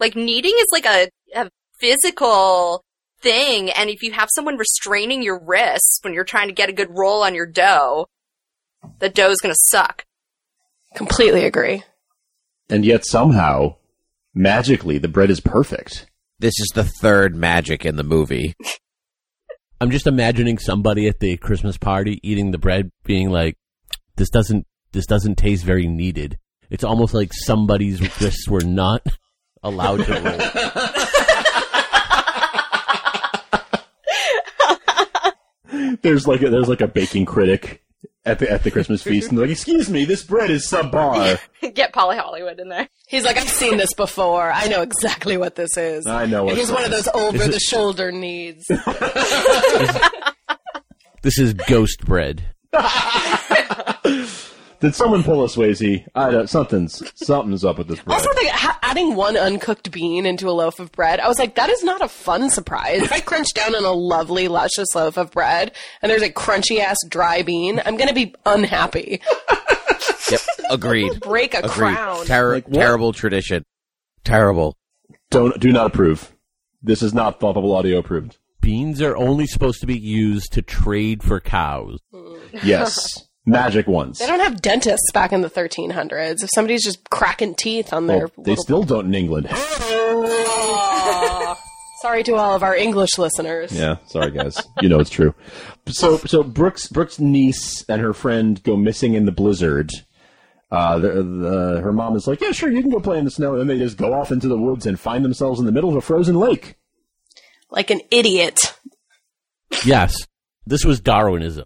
Like kneading is like a, a physical thing, and if you have someone restraining your wrists when you're trying to get a good roll on your dough, the dough's gonna suck. Completely agree. And yet somehow, magically, the bread is perfect. This is the third magic in the movie. I'm just imagining somebody at the Christmas party eating the bread, being like, "This doesn't, this doesn't taste very kneaded." It's almost like somebody's wrists were not allowed to roll. There's like a, there's like a baking critic at the at the <laughs> Christmas feast, and they're like, "Excuse me, this bread is subpar." get Polly Hollywood in there. He's like, I've seen this before. I know exactly what this is. I know what He's this one of is. those over the shoulder needs. This is ghost bread. Did someone pull a Swayze? I don't. Something's something's up with this bread. <laughs> Also, they, ha- adding one uncooked bean into a loaf of bread, I was like, that is not a fun surprise. If I crunch down on a lovely, luscious loaf of bread and there's a crunchy ass dry bean, I'm going to be unhappy. Yep. Agreed. Break a Agreed. crown. Ter- Like what? terrible tradition. Terrible. Don't do not approve. This is not Thought Bubble Audio <laughs> approved. Beans are only supposed to be used to trade for cows. Yes, magic ones. They don't have dentists back in the 1300s. If somebody's just cracking teeth on their Well, they little- still don't in <laughs> England. sorry to all of our English listeners. Yeah, sorry guys. you know it's true. So so Brooks Brooks' niece and her friend go missing in the blizzard. Uh, the, the, her mom is like, "Yeah, sure, you can go play in the snow." And then they just go off into the woods and find themselves in the middle of a frozen lake. Like an idiot. Yes, this was Darwinism.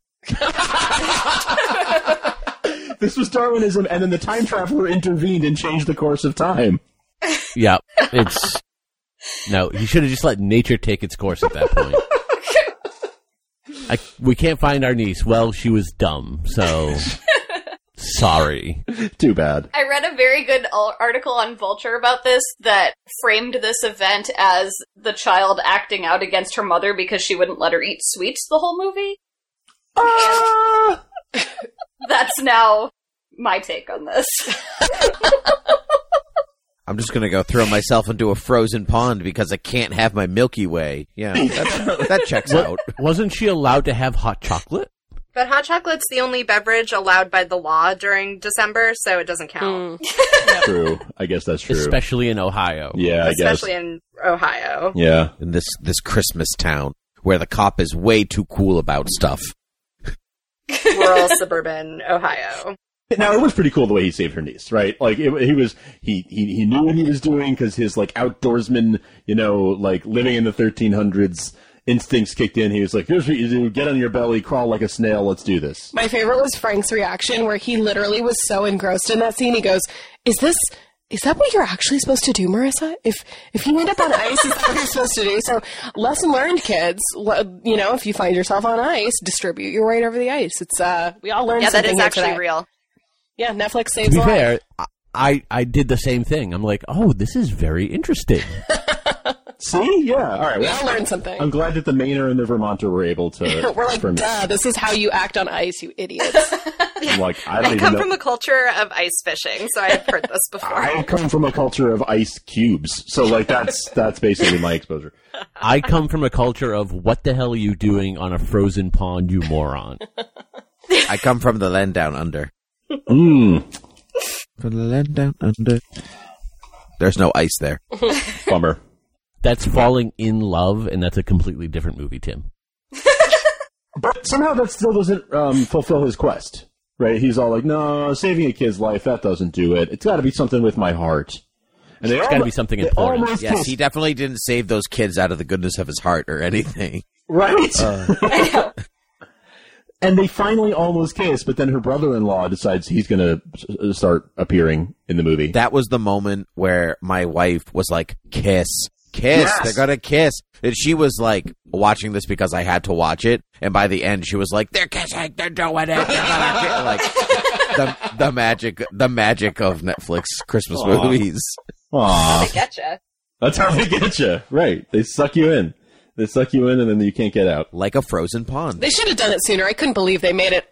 This was Darwinism, and then the time traveler intervened and changed the course of time. Yeah, it's no. You should have just let nature take its course at that point. I, we can't find our niece. Well, she was dumb, so sorry. Too bad. I read a very good al- article on Vulture about this that framed this event as the child acting out against her mother because she wouldn't let her eat sweets the whole movie. Ah! <laughs> That's now my take <laughs> on this. I'm just gonna go throw myself into a frozen pond because I can't have my Milky Way. Yeah, that's, that checks out. Wasn't she allowed to have hot chocolate? But hot chocolate's the only beverage allowed by the law during December, so it doesn't count. true. I guess that's true. Especially in Ohio. yeah, I guess. Especially in Ohio. yeah. In this this Christmas town where the cop is way too cool about stuff. <laughs> rural suburban Ohio. Now it was pretty cool the way he saved her niece, right? Like it, he was he, he he knew what he was doing because his like outdoorsman, you know, like living in the 1300s instincts kicked in. He was like, "Here's what you do: get on your belly, crawl like a snail. Let's do this." My favorite was Frank's reaction where he literally was so engrossed in that scene. He goes, "Is this is that what you're actually supposed to do, Marissa? If if you end up on ice, is that what you're supposed to do?" So, lesson learned, kids. Le- You know, if you find yourself on ice, distribute your weight over the ice. It's uh, we all learned Yeah, that something is here actually today. real. Yeah, Netflix To saves be lives. fair, I- I, I did the same thing. I'm like, oh, this is very interesting. See, yeah, all right. We Well, all learned something. I'm glad that the Mainer and the Vermonter were able to. <laughs> We're like, from- duh, this is how you act on ice, you idiots. I'm <laughs> like I don't I even come know. from a culture of ice fishing, so I've heard this before. I come from a culture of ice cubes, so like <laughs> that's that's basically my exposure. I come from a culture of what the hell are you doing on a frozen pond, you moron? I come from the land down under. Mmm, From the land down under. There's no ice there. bummer. That's falling in love, and that's a completely different movie, Tim. But somehow that still doesn't um, fulfill his quest, right? He's all like, "No, saving a kid's life that doesn't do it. It's got to be something with my heart." And it's gotta be something important. Yes, he definitely didn't save those kids out of the goodness of his heart or anything. right. <laughs> and they finally almost kiss, but then her brother-in-law decides he's going to start appearing in the movie. That was the moment where my wife was like, kiss, kiss, Yes. they're gonna kiss. And she was like watching this because I had to watch it. And by the end, she was like, they're kissing, they're doing it. They're <laughs> gonna kiss." Like the, the magic, the magic of Netflix Christmas Aw. movies. Aw, Getcha. that's how they get you, right? They suck you in. They suck you in, and then you can't get out. Like a frozen pond. They should have done it sooner. I couldn't believe they made it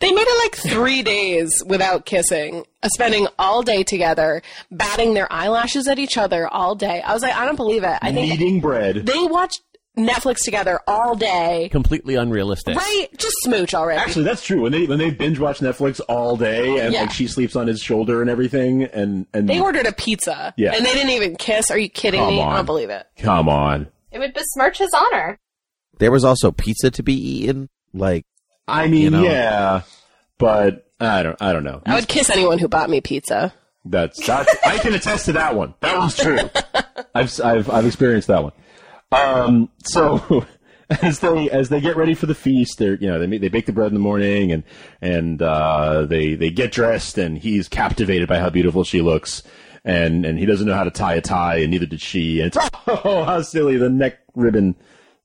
They made it like three days without kissing, uh, spending all day together, batting their eyelashes at each other all day. I was like, I don't believe it. I think Kneading bread. they watched Netflix together all day. Completely unrealistic. Right? Just smooch already. Actually, that's true. When they when they binge watch Netflix all day and Yeah. like she sleeps on his shoulder and everything and and they ordered a pizza. Yeah. And they didn't even kiss. Are you kidding Come me? on. I don't believe it. come on. It would besmirch his honor. There was also pizza to be eaten. Like, I mean, You know? yeah, but I don't I don't know. I would kiss anyone who bought me pizza. That's that's I can attest to that one. That one's true. I've I've I've experienced that one. Um, so <laughs> as they as they get ready for the feast, they're you know they ma- they bake the bread in the morning and and uh, they they get dressed and he's captivated by how beautiful she looks and and he doesn't know how to tie a tie and neither did she and it's <laughs> oh how silly the neck ribbon.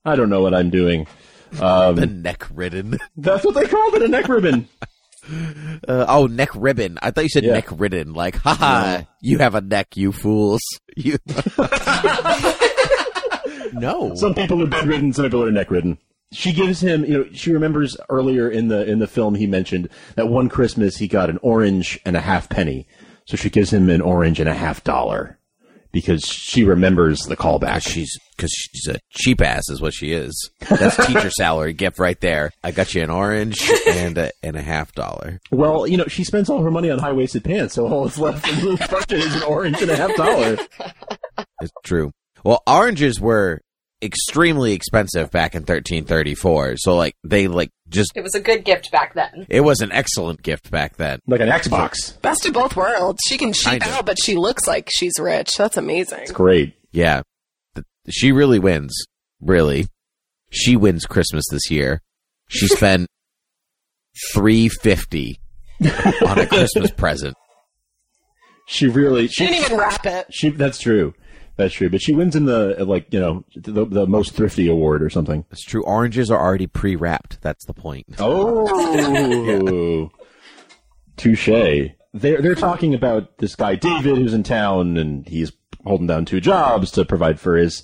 I don't know what I'm doing. the neck ridden. That's what they called it, a neck ribbon. Uh, oh, neck ribbon. I thought you said Yeah. neck ridden. Like, haha, you have a neck, you fools. <laughs> You. No. Some people are bedridden, some people are neck ridden. She gives him, you know, she remembers earlier in the in the film he mentioned that one Christmas he got an orange and a half penny. So she gives him an orange and a half dollar because she remembers the callback. uh, she's because she's a cheap ass, is what she is. <laughs> That's teacher salary gift right there. I got you an orange and a, and a half dollar. Well, you know, she spends all her money on high waisted pants, so all that's left in the budget is an orange and a half dollar. It's true. Well, oranges were extremely expensive back in 1334. So like they like just It was a good gift back then. it was an excellent gift back then. Like an Xbox. Best of both worlds. She can cheap Kinda. out, but she looks like she's rich. That's amazing. Great. Yeah. Th- She really wins. Really. She wins Christmas this year. <laughs> She spent 350 on a Christmas present. She really she She didn't even wrap it. she that's true. That's true. But she wins in the like, you know, the, the most thrifty award or something. It's true. Oranges are already pre-wrapped. That's the point. Oh, <laughs> touche. They're they're talking about this guy David who's in town and he's holding down two jobs to provide for his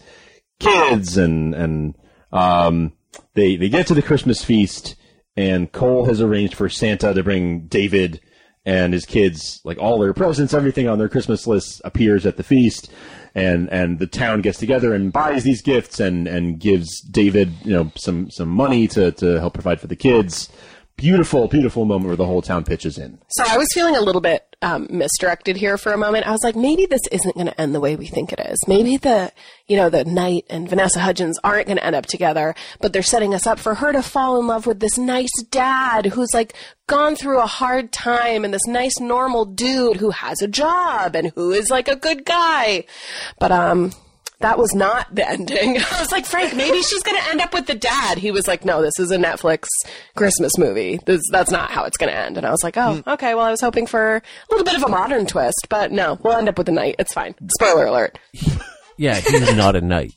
kids and and um they they get to the Christmas feast and Cole has arranged for Santa to bring David and his kids like all their presents everything on their Christmas list appears at the feast and and the town gets together and buys these gifts and and gives David you know some some money to to help provide for the kids beautiful beautiful moment where the whole town pitches in So I was feeling a little bit um, misdirected here for a moment. I was like, maybe this isn't going to end the way we think it is. Maybe the, you know, the knight and Vanessa Hudgens aren't going to end up together, but they're setting us up for her to fall in love with this nice dad who's like gone through a hard time and this nice normal dude who has a job and who is like a good guy. But, um, that was not the ending. <laughs> I was like, Frank, maybe she's going to end up with the dad. He was like, no, this is a Netflix Christmas movie. This, that's not how it's going to end. And I was like, oh, Mm. okay. Well, I was hoping for a little bit of a modern twist, but no, we'll end up with the knight. It's fine. Spoiler alert. Yeah, he's not a knight.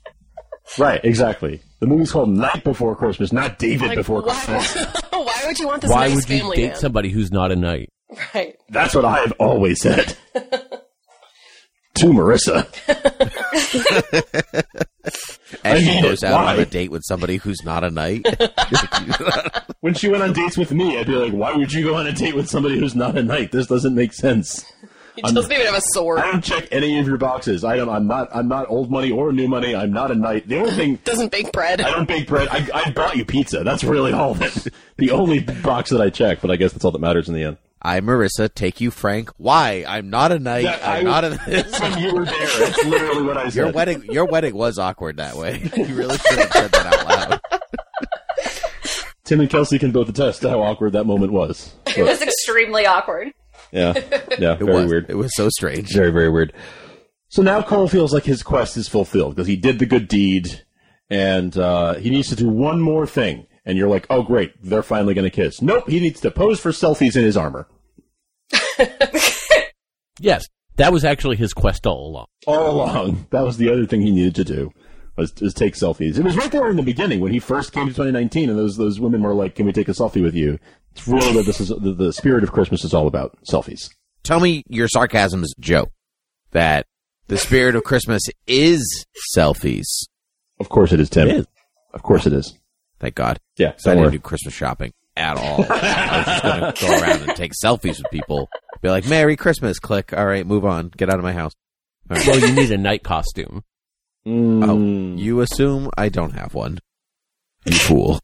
right exactly the movie's called Night Before Christmas not David Before Why, Christmas <laughs> why would you want this Why nice would you family date man? somebody who's not a knight? Right. that's what I have always said to Marissa As I <laughs> she mean goes it. out Why? on a date with somebody who's not <laughs> a knight. when she went on dates with me I'd be like why would you go on a date with somebody who's not a knight this doesn't make sense He doesn't even have a sword. I don't check any of your boxes I don't I'm not I'm not old money or new money I'm not a knight the only thing Doesn't bake bread. I don't bake bread. I, I brought you pizza. That's really all that. The only box that I check, but I guess that's all that matters in the end. I, Marissa, take you, Frank. Why? I'm not a knight. That- I'm I- not a. <laughs> When you were there, that's literally what I said. <laughs> <laughs> your wedding, your wedding was awkward that way. You really should have said that out loud. Tim and Kelsey can both attest to how awkward that moment was. <laughs> It was extremely awkward. Yeah, yeah, It very was. weird. It was so strange. Very, very weird. So now Cole feels like his quest is fulfilled because he did the good deed, and uh, he needs to do one more thing. And you're like, oh great, they're finally going to kiss. Nope, he needs to pose for selfies in his armor. Yes, that was actually his quest all along. all along. <laughs> That was the other thing he needed to do was, was take selfies. It was right there in the beginning when he first came to 2019, and those those women were like, "Can we take a selfie with you?" It's really what this is the, the spirit of Christmas is all about selfies. Tell me your sarcasm is a joke. That the spirit of Christmas is selfies. Of course it is, Tim. It is. Of course it is. Thank God. Yeah, So I don't didn't worry. do Christmas shopping. at all. I was just going to go around and take selfies with people. Be like, Merry Christmas, click. All right, move on. Get out of my house. All right. Well, you need a night costume. Mm, You assume I don't have one. You fool.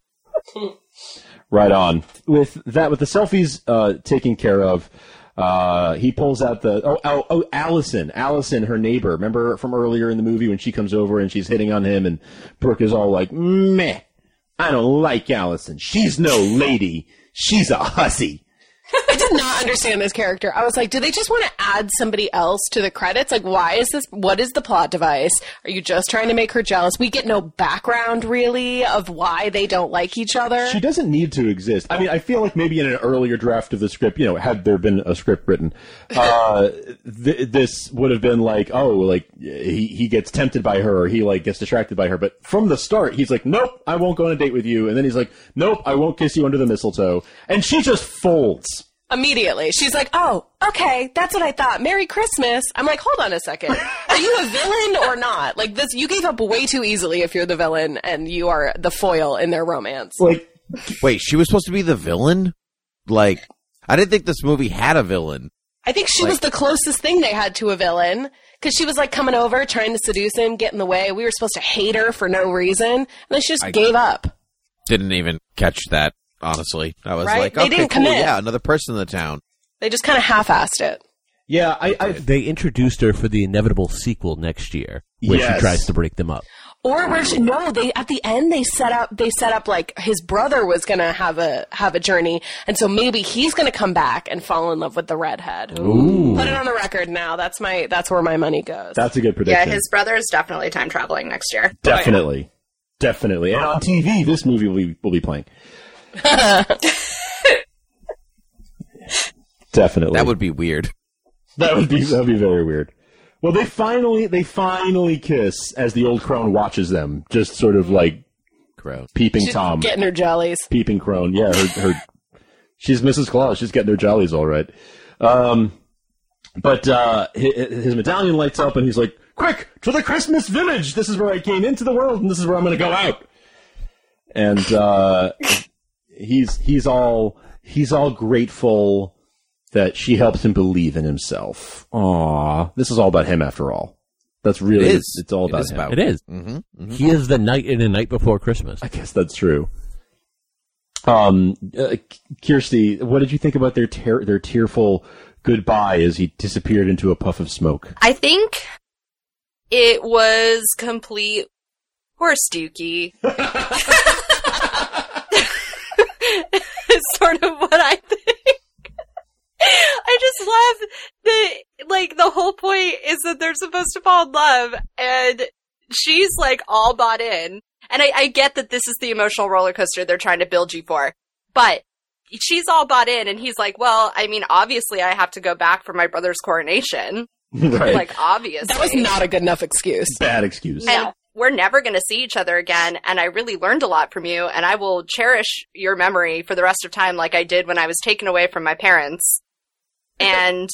right on. With that, with the selfies uh, taken care of, uh, he pulls out the oh, oh oh Allison, Allison, her neighbor. Remember from earlier in the movie when she comes over and she's hitting on him, and Brooke is all like, "Meh, I don't like Allison. She's no lady. She's a hussy." I did not understand this character. I was like, do they just want to add somebody else to the credits? Like, why is this? What is the plot device? Are you just trying to make her jealous? We get no background really of why they don't like each other. She doesn't need to exist. I mean, I feel like maybe in an earlier draft of the script, you know, had there been a script written, uh, th- this would have been like, oh, like he, he gets tempted by her or he like gets distracted by her. But from the start, he's like, nope, I won't go on a date with you. And then he's like, nope, I won't kiss you under the mistletoe. And she just folds. Immediately, she's like, "Oh, okay, that's what I thought. Merry Christmas." I'm like, "Hold on a second. Are you a villain or not? Like this, you gave up way too easily if you're the villain and you are the foil in their romance." Like, Wait, she was supposed to be the villain? Like, I didn't think this movie had a villain. I think she was the closest thing they had to a villain because she was like coming over, trying to seduce him, get in the way. We were supposed to hate her for no reason, and then she just I- gave up. Didn't even catch that, honestly. I was Right? like, They okay, didn't cool, commit. yeah, another person in the town. They just kind of half-assed it. yeah, I, I, <laughs> They introduced her for the inevitable sequel next year, where Yes. she tries to break them up. Or where she, no, they at the end they set up they set up like his brother was gonna have a have a journey, and so maybe he's gonna come back and fall in love with the redhead. Put it on the record now. That's my that's where my money goes. that's a good Yeah, prediction. his brother is definitely time traveling next year. Definitely. Definitely. And on TV, this movie will be, will be <laughs> playing. Definitely. That would be weird. That would be that would be very weird. Well, they finally they finally kiss as the old crone watches them, just sort of like Gross. peeping She's Tom, getting her jellies. peeping crone. Yeah, her, her she's Mrs. Claus. She's getting her jollies all right. Um, but uh, hi- hi- his medallion lights up, and he's like, "Quick to the Christmas village! This is where I came into the world, and this is where I'm going to go out." And uh, he's he's all he's all grateful that she helps him believe in himself. Aw, this is all about him after all. That's really It is. It's all It about is him. about- It is. hmm He is the night in a night before Christmas. I guess that's true. Um, uh, Kirsty, what did you think about their tear their tearful goodbye as he disappeared into a puff of <laughs> smoke? I think it was complete horse dookie. <laughs> Is sort of what I think. I just love that, like, the whole point is that they're supposed to fall in love, and she's, like, all bought in. And I, I get that this is the emotional roller coaster they're trying to build you for, but she's all bought in, and he's like, well, I mean, obviously I have to go back for my brother's coronation right. like obviously. That was not a good enough excuse. Bad excuse. And No. we're never going to see each other again. And I really learned a lot from you, and I will cherish your memory for the rest of time, like I did when I was taken away from my parents. And,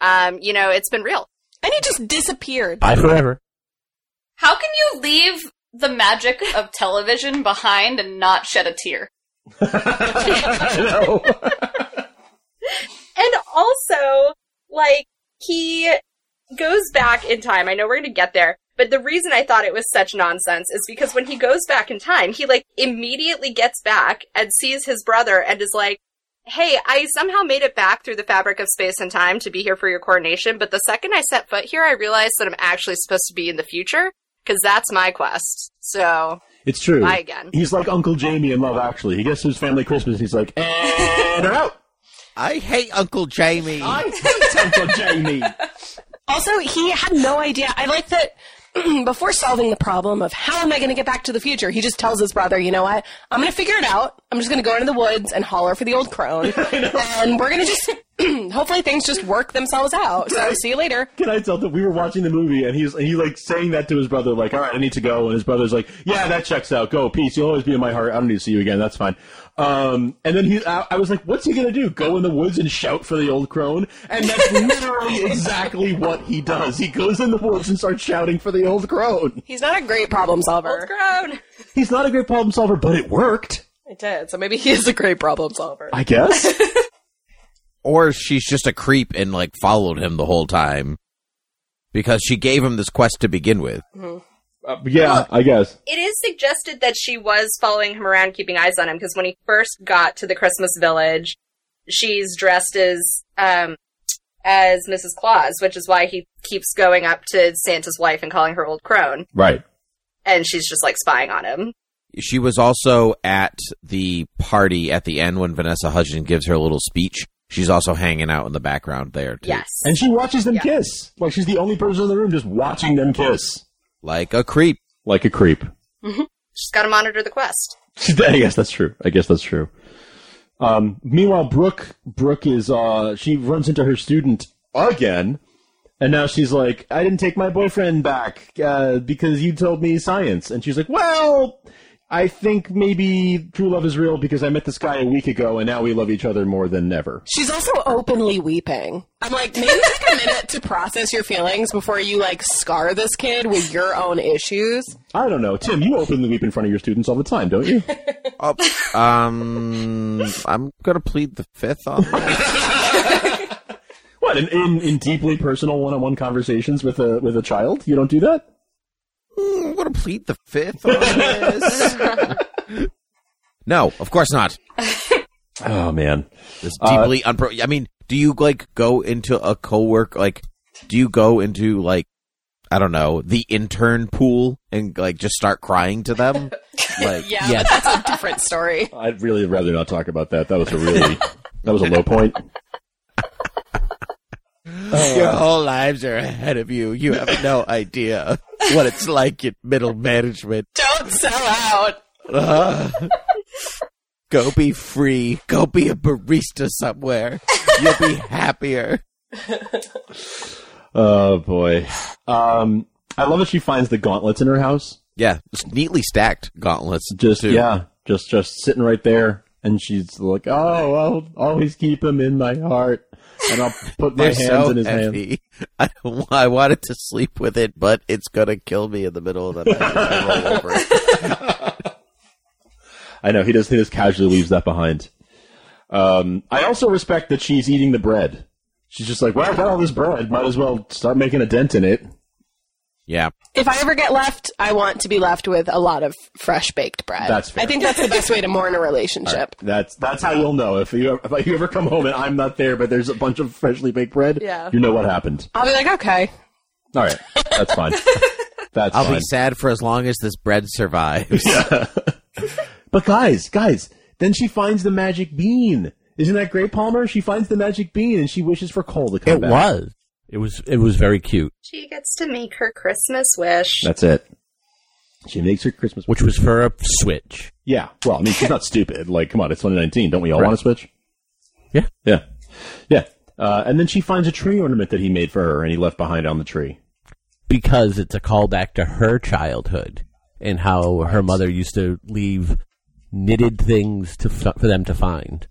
um, you know, it's been real. And he just disappeared. Bye forever. How can you leave the magic of television behind and not shed a tear? I know. And also, like, he goes back in time. I know we're going to get there, but the reason I thought it was such nonsense is because when he goes back in time, he, like, immediately gets back and sees his brother and is like, Hey, I somehow made it back through the fabric of space and time to be here for your coronation, but the second I set foot here, I realized that I'm actually supposed to be in the future, because that's my quest. So, It's true. bye again. He's like Uncle Jamie in Love Actually. He gets to his family Christmas. He's like, and they're <laughs> out. I hate Uncle Jamie. I hate Uncle Jamie. Also, he had no idea. I like that <clears throat> before solving the problem of how am I going to get back to the future, he just tells his brother, you know what? I'm going to figure it out. I'm just going to go into the woods and holler for the old <laughs> crone. and we're going to just, <clears throat> hopefully, things just work themselves out. So, see you later. Can I tell that we were watching the movie and he's and he like saying that to his brother, like, all right, I need to go, and his brother's like, yeah, that checks out. Go, peace. You'll always be in my heart. I don't need to see you again. That's fine. Um, and then he, I, I was like, what's he gonna do? Go in the woods and shout for the old crone? And that's <laughs> literally exactly what he does. He goes in the woods and starts shouting for the old crone. He's not a great problem solver. Grown. He's not a great problem solver, but it worked. I did. So maybe he is a great problem solver. I guess. Or she's just a creep and like followed him the whole time because she gave him this quest to begin with. <laughs> Uh, yeah, I guess. It is suggested that she was following him around, keeping eyes on him, because when he first got to the Christmas village, she's dressed as um, as Mrs. Claus, which is why he keeps going up to Santa's wife and calling her old crone, Right. and she's just like spying on him. She was also at the party at the end when Vanessa Hudgens gives her little speech. She's also hanging out in the background there too. Yes, And she watches them Yeah. kiss. Like she's the only person in the room just watching them kiss. Like a creep. Like a creep. she's got to monitor the quest. <laughs> I guess that's true. I guess that's true. Um, meanwhile, Brooke Brooke is uh, she runs into her student again, and now she's like, "I didn't take my boyfriend back uh, because you told me science," and she's like, "Well." I think maybe true love is real because I met this guy a week ago and now we love each other more than ever. She's also openly weeping. I'm like, maybe take a <laughs> minute to process your feelings before you like scar this kid with your own issues. I don't know. Tim, you openly weep in front of your students all the time, don't you? Oh, um, I'm gonna plead the fifth on that. What in, in, in deeply personal one-on-one conversations with a with a child? You don't do that. Mm, I'm gonna plead the fifth on this. no, of course not. Oh man, This deeply unpro. I mean, do you like go into a co-work? Like, do you go into like, I don't know, the intern pool and like just start crying to them? Like, Yeah, Yes. <laughs> but that's a different story. I'd really rather not talk about that. That was a really <laughs> that was a low point. your whole lives are ahead of you. You have <laughs> no idea what it's like in middle management. Don't sell out. Ugh. go be free. Go be a barista somewhere. You'll be happier. Oh boy, um, I love that she finds the gauntlets in her house. Yeah, it's neatly stacked gauntlets. Just too. yeah, just just sitting right there, and she's like, "Oh, I'll always keep him in my heart, and I'll put my They're hands so in his hands." heavy. <laughs> I, don't wa- I wanted to sleep with it, but it's gonna kill me in the middle of the night. when I roll over. <laughs> I know he just he just casually leaves that behind. Um, I also respect that she's eating the bread. She's just like, well, I've got all this bread. Might as well start making a dent in it. Yeah, If I ever get left, I want to be left with a lot of fresh baked bread. That's fair. I think that's the best way to mourn a relationship. That's that's how you'll know if you if you ever come home and I'm not there, but there's a bunch of freshly baked bread. Yeah. you know what happened. I'll be like, okay. All right, that's fine. That's I'll fine. be sad for as long as this <laughs> bread survives. But guys, guys, then she finds the magic bean. Isn't that great, Palmer? She finds the magic bean and she wishes for Cole to come It back. was. It was. It was very cute, She gets to make her Christmas wish. That's it. She makes her Christmas. which was for a Switch. Yeah. Well, I mean, she's not stupid. Like, come on, it's 2019. Don't we all Right. want to switch? Yeah. Yeah. Yeah. Uh, and then she finds a tree ornament that he made for her and he left behind on the tree. because it's a callback to her childhood and how her mother used to leave knitted things to f- for them to find.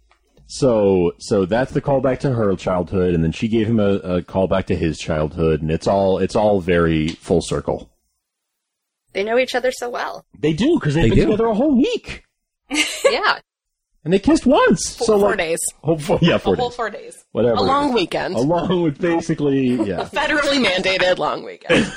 So, so that's the callback to her childhood, and then she gave him a, a callback to his childhood, and it's all it's all very full circle. They know each other so well. They do because they've They been do. together a whole week, Yeah, and they kissed once. so four like, days. Oh, four, <laughs> yeah, four a whole days. four days. Whatever. A long <laughs> weekend. Along with basically, yeah. Federally mandated <laughs> long weekend.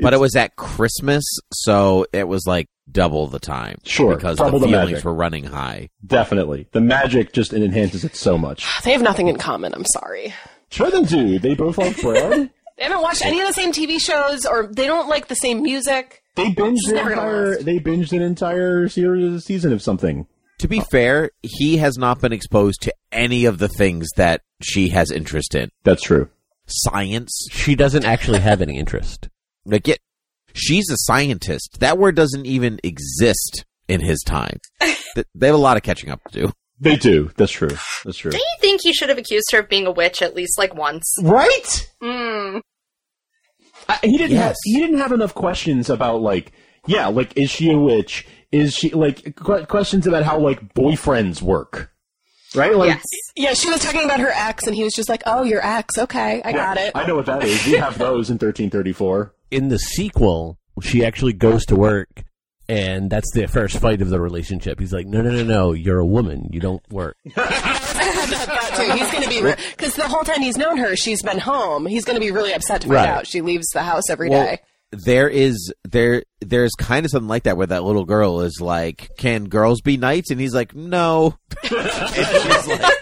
but it was at Christmas, so it was like double the time. Sure, because double the the feelings magic. were running high. Definitely, the magic just enhances it so much. they have nothing in common. I'm sorry. Sure, they do. They both <laughs> love bread. They haven't watched any of the same TV shows, or they don't like the same music. They binged an never gonna entire. last. They binged an entire series season of something. To be fair, he has not been exposed to any of the things that she has interest in. That's true. Science, She doesn't actually have any interest. like it, she's a scientist. That word doesn't even exist in his <laughs> time. Th- they have a lot of catching up to do. They do. That's true. That's true. do <laughs> you think he should have accused her of being a witch at least like once? Right? Mm. I, he didn't. Yes. Have, he didn't have enough questions about like, yeah, like is she a witch? Is she like que- questions about how like boyfriends work? Right? Like, Yes. Yeah, she was talking about her ex, and he was just like, "Oh, your ex. Okay, I got it." I know what that is. We have those in 1334. In the sequel, she actually goes to work and that's the first fight of the relationship. He's like, no, no, no, no, you're a woman, you don't work. that too. He's <laughs> going to be because the whole time he's known her, she's been home. He's going to be really upset to find Right. out she leaves the house every day. Well, There is there there's kind of something like that where that little girl is like, "Can girls be knights?" And he's like, "No." <laughs> and she's like,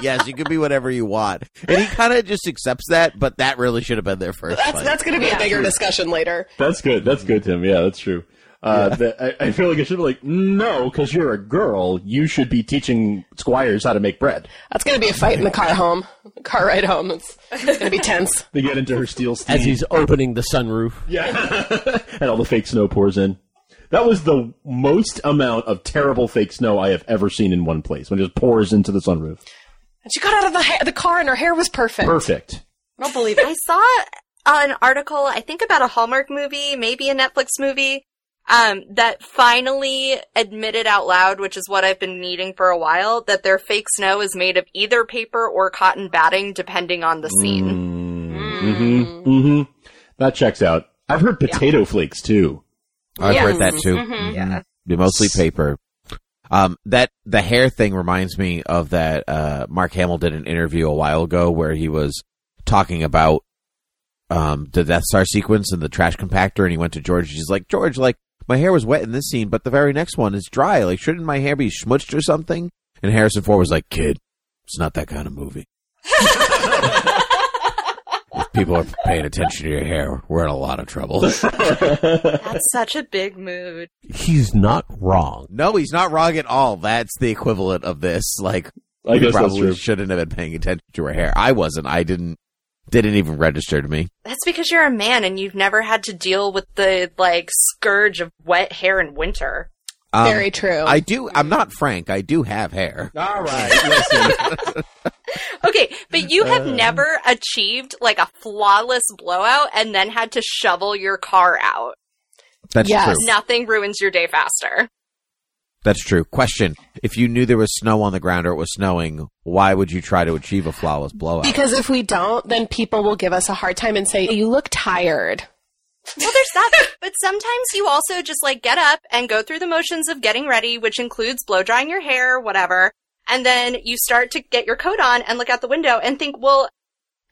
"Yes, you can be whatever you want." And he kind of just accepts that, but that really should have been there first. That's like- that's going to be a bigger discussion later. That's good. That's good, Tim. Yeah, that's true. Uh, that- I, I feel like I should be like, no, because you're a girl. You should be teaching squires how to make bread. That's going to be a fight in the car home, car ride home. It's, going to be tense. They get into her steel steam. As he's opening the sunroof, yeah. <laughs> and all the fake snow pours in. That was the most amount of terrible fake snow I have ever seen in one place when it just pours into the sunroof. <laughs> And she got out of the ha- the car and her hair was perfect. Perfect. I don't believe it. I saw an article, I think about a Hallmark movie, maybe a Netflix movie, um, that finally admitted out loud, which is what I've been needing for a while, that their fake snow is made of either paper or cotton batting, depending on the Mm, scene. hmm hmm That checks out. I've heard potato flakes too. I've Yeah. heard that too. <laughs> Yeah, mostly paper. Um, that the hair thing reminds me of that. Uh, Mark Hamill did an interview a while ago where he was talking about um the Death Star sequence and the trash compactor, and he went to George. and He's like, George, like my hair was wet in this scene, but the very next one is dry. Like, shouldn't my hair be schmutched or something? And Harrison Ford was like, Kid, it's not that kind of movie. If People are paying attention to your hair. We're in a lot of trouble. That's such a big mood. he's not wrong. No, he's not wrong at all. That's the equivalent of this. Like, I we guess that's probably true. shouldn't have been paying attention to her hair. I wasn't. I didn't. Didn't even register to me. That's because you're a man and you've never had to deal with the, like, scourge of wet hair in winter. Um, Very true. I do. I'm not Frank. I do have hair. All <laughs> right. Listen. Okay, but you have never achieved, like, a flawless blowout and then had to shovel your car out. That's Yes. true. Nothing ruins your day faster. That's true. Question: If you knew there was snow on the ground or it was snowing, why would you try to achieve a flawless blowout? because if we don't, then people will give us a hard time and say, "You look tired." Well, there's that. but sometimes you also just like get up and go through the motions of getting ready, which includes blow drying your hair, whatever. And then you start to get your coat on and look out the window and think, well,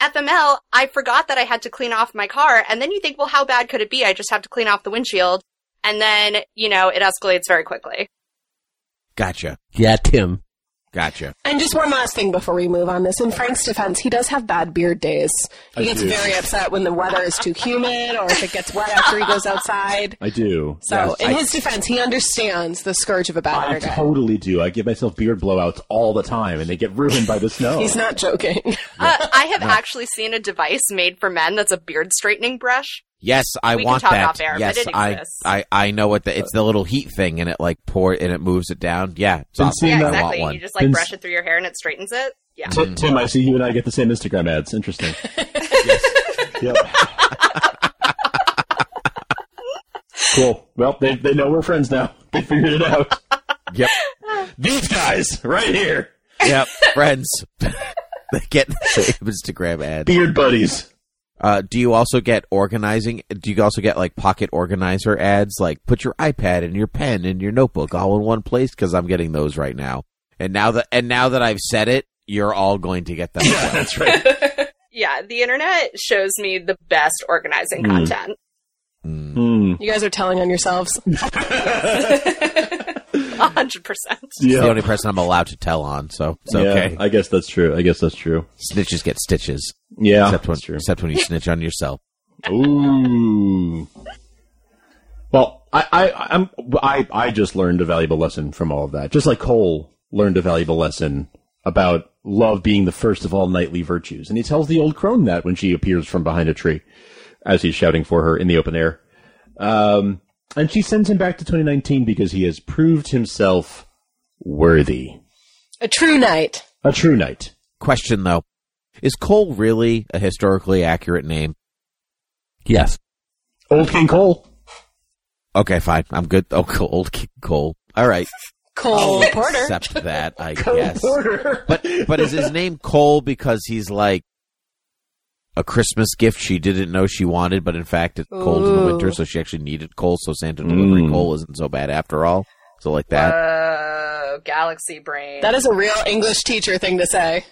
FML, I forgot that I had to clean off my car. And then you think, well, how bad could it be? I just have to clean off the windshield. And then, you know, it escalates very quickly. gotcha. Yeah, Tim. Gotcha. And just one last thing before we move on this. In Frank's defense, he does have bad beard days. He I gets do. very upset when the weather is too humid or if it gets wet after he goes outside. I do. So, Yes, in I- his defense, he understands the scourge of a bad I hair guy. totally do. I give myself beard blowouts all the time, and they get ruined by the snow. <laughs> He's not joking. Uh, I have actually seen a device made for men that's a beard straightening brush. Yes, I We can want talk that. off air, but yes, it I, exists. I, I know what the it's the little heat thing, and it like pour and it moves it down. Yeah, it's Been awesome. seeing No, Yeah, I want exactly. one. You just like Then- brush it through your hair and it straightens it. Yeah. Mm. Ti- Tim, I see you and I get the same Instagram ads. Interesting. Yep. cool. Well, they, they know we're friends now. <laughs> They figured it out. Yep. These guys right here, <laughs> yep, friends. <laughs> they get the same Instagram ad. beard buddies. Uh, do you also get organizing? Do you also get like pocket organizer ads? Like put your iPad and your pen and your notebook all in one place because I'm getting those right now. And now that and now that I've said it, you're all going <laughs> to get them. That's right. Yeah, the internet shows me the best organizing Hmm. content. <laughs> Mm. Hmm. you guys are telling on yourselves. 100%. It's the Yeah. only person I'm allowed to tell on, so it's Yeah, okay. I guess that's true. I guess that's true. Snitches get stitches, Yeah. except when Oh, that's true. except when you snitch on yourself. Ooh. Well, I, I, I'm, I, I just learned a valuable lesson from all of that. Just like Cole learned a valuable lesson about love being the first of all knightly virtues. And he tells the old crone that when she appears from behind a tree as he's shouting for her in the open air. Um, and she sends him back to 2019 because he has proved himself worthy. A true knight. A true knight. Question though, is Cole really a historically accurate name? Yes. Old King Cole. Okay, fine. I'm good. Oh, Cole, <laughs> old King Cole. All right. Cole Oh, Porter. Accept Oh, that, I Cole <laughs> guess. Porter. But but is his name Cole because he's like a Christmas gift she didn't know she wanted, but in fact it's cold in the winter, Ooh. so she actually needed coal. So Santa delivering Mm. coal isn't so bad after all. So like that. Uh, Uh, Whoa, galaxy brain. That is a real English teacher thing to say.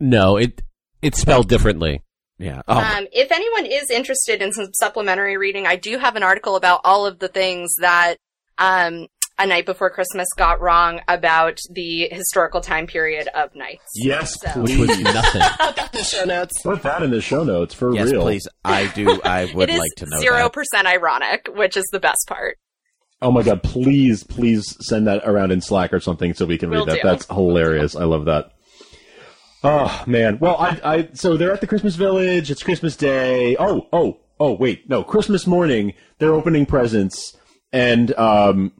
No, it it's spelled differently. yeah. Oh, Um, if anyone is interested in some supplementary reading, I do have an article about all of the things that um, A Night Before Christmas got wrong about the historical time period of nights. Yes, So- Which was nothing. Put that in the show notes. Put that in the show notes for yes, real. please. I do. I would it is like to know. zero that. percent ironic, which is the best part. Oh my god, please, please send that around in Slack or something so we can Will read that. do. That's hilarious. I love that. Oh man. Well, I, I, so they're at the Christmas village. It's Christmas day. Oh, oh, oh, wait. No, Christmas morning. They're opening presents and, um,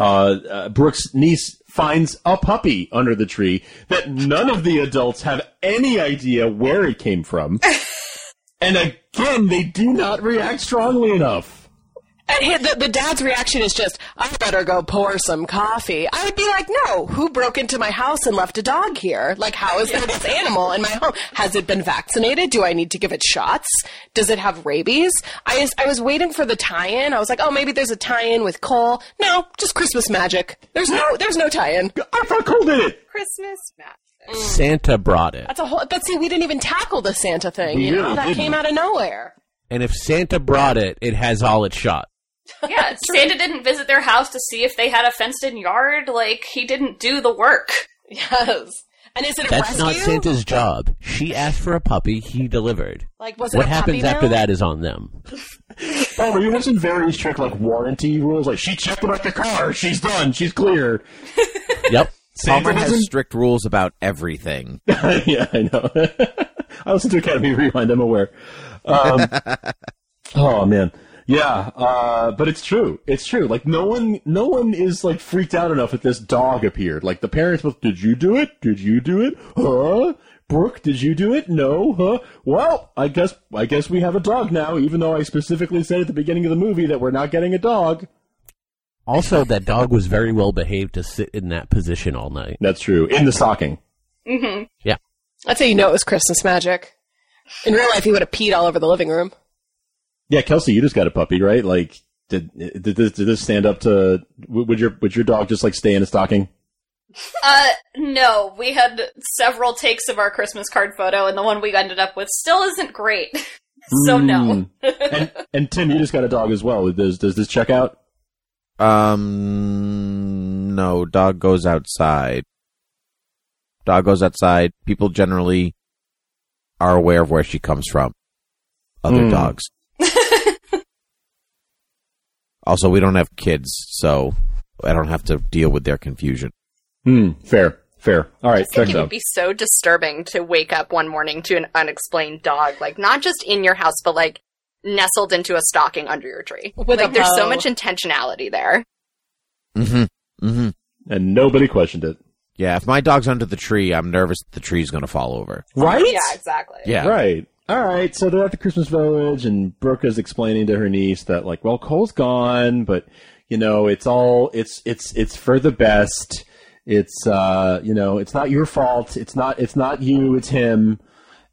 uh, uh, Brooke's niece finds a puppy under the tree that none of the adults have any idea where it came <laughs> from. and again, they do not react strongly enough. And he- the, the dad's reaction is just, I better go pour some coffee. I would be like, no, who broke into my house and left a dog here? Like, how is there this animal in my home? Has it been vaccinated? Do I need to give it shots? Does it have rabies? I, was- I was waiting for the tie-in. I was like, oh, maybe there's a tie-in with Cole. No, just Christmas magic. There's no, there's no tie-in. I thought Cole did it. Christmas magic. Santa brought it. That's a whole, but see, we didn't even tackle the Santa thing, you really know? That didn't. came out of nowhere. And if Santa brought it, it has all its shot. <laughs> Yeah, Santa didn't visit their house to see if they had a fenced in yard. Like, he didn't do the work. Yes. And is it a That's rescue? not Santa's job. She asked for a puppy, he delivered. Like, was it What a puppy happens after now? that is on them. Barbara, you have some very strict like warranty rules. Like she checked about the car, she's done, she's clear. <laughs> Yep. Palmer Santa has doesn't- strict rules about everything. yeah, I know. <laughs> I listen to Academy Rewind. I'm aware. Um, oh man, yeah, uh, but it's true. It's true. Like no one, no one is like freaked out enough that this dog appeared. Like the parents both, did you do it? Did you do it? Huh? Brooke, did you do it? No, huh? Well, I guess I guess we have a dog now. Even though I specifically said at the beginning of the movie that we're not getting a dog. Also, that dog was very well behaved to sit in that position all night. That's true. In the stocking. hmm That's how you know it was Christmas magic. In real life, he would have peed all over the living room. Yeah, Kelsey, you just got a puppy, right? Like, did did this, did this stand up to? Would would your would your dog just like stay in a stocking? <laughs> Uh, no, we had several takes of our Christmas card photo, and the one we ended up with still isn't great. <laughs> so, no. Hmm. and and Tim, you just got a dog as well. Does does this check out? Um, no. Dog goes outside. Dog goes outside. People generally are aware of where she comes from. Other Hmm. <laughs> dogs. also, we don't have kids, so I don't have to deal with their confusion. Hmm. Fair. Fair. All right. I think Checks it would out. be so disturbing to wake up one morning to an unexplained dog, like not just in your house, but like nestled into a stocking under your tree. With like a there's so bow. much intentionality there. Mm-hmm. Mm-hmm. and nobody questioned it. Yeah, if my dog's under the tree, I'm nervous that the tree's going to fall over. Right. Yeah, exactly. Yeah. Right. All right. So they're at the Christmas village, and Brooke is explaining to her niece that, like, well, Cole's gone, but you know, it's all it's it's it's for the best. It's uh, you know, it's not your fault. It's not it's not you. It's him.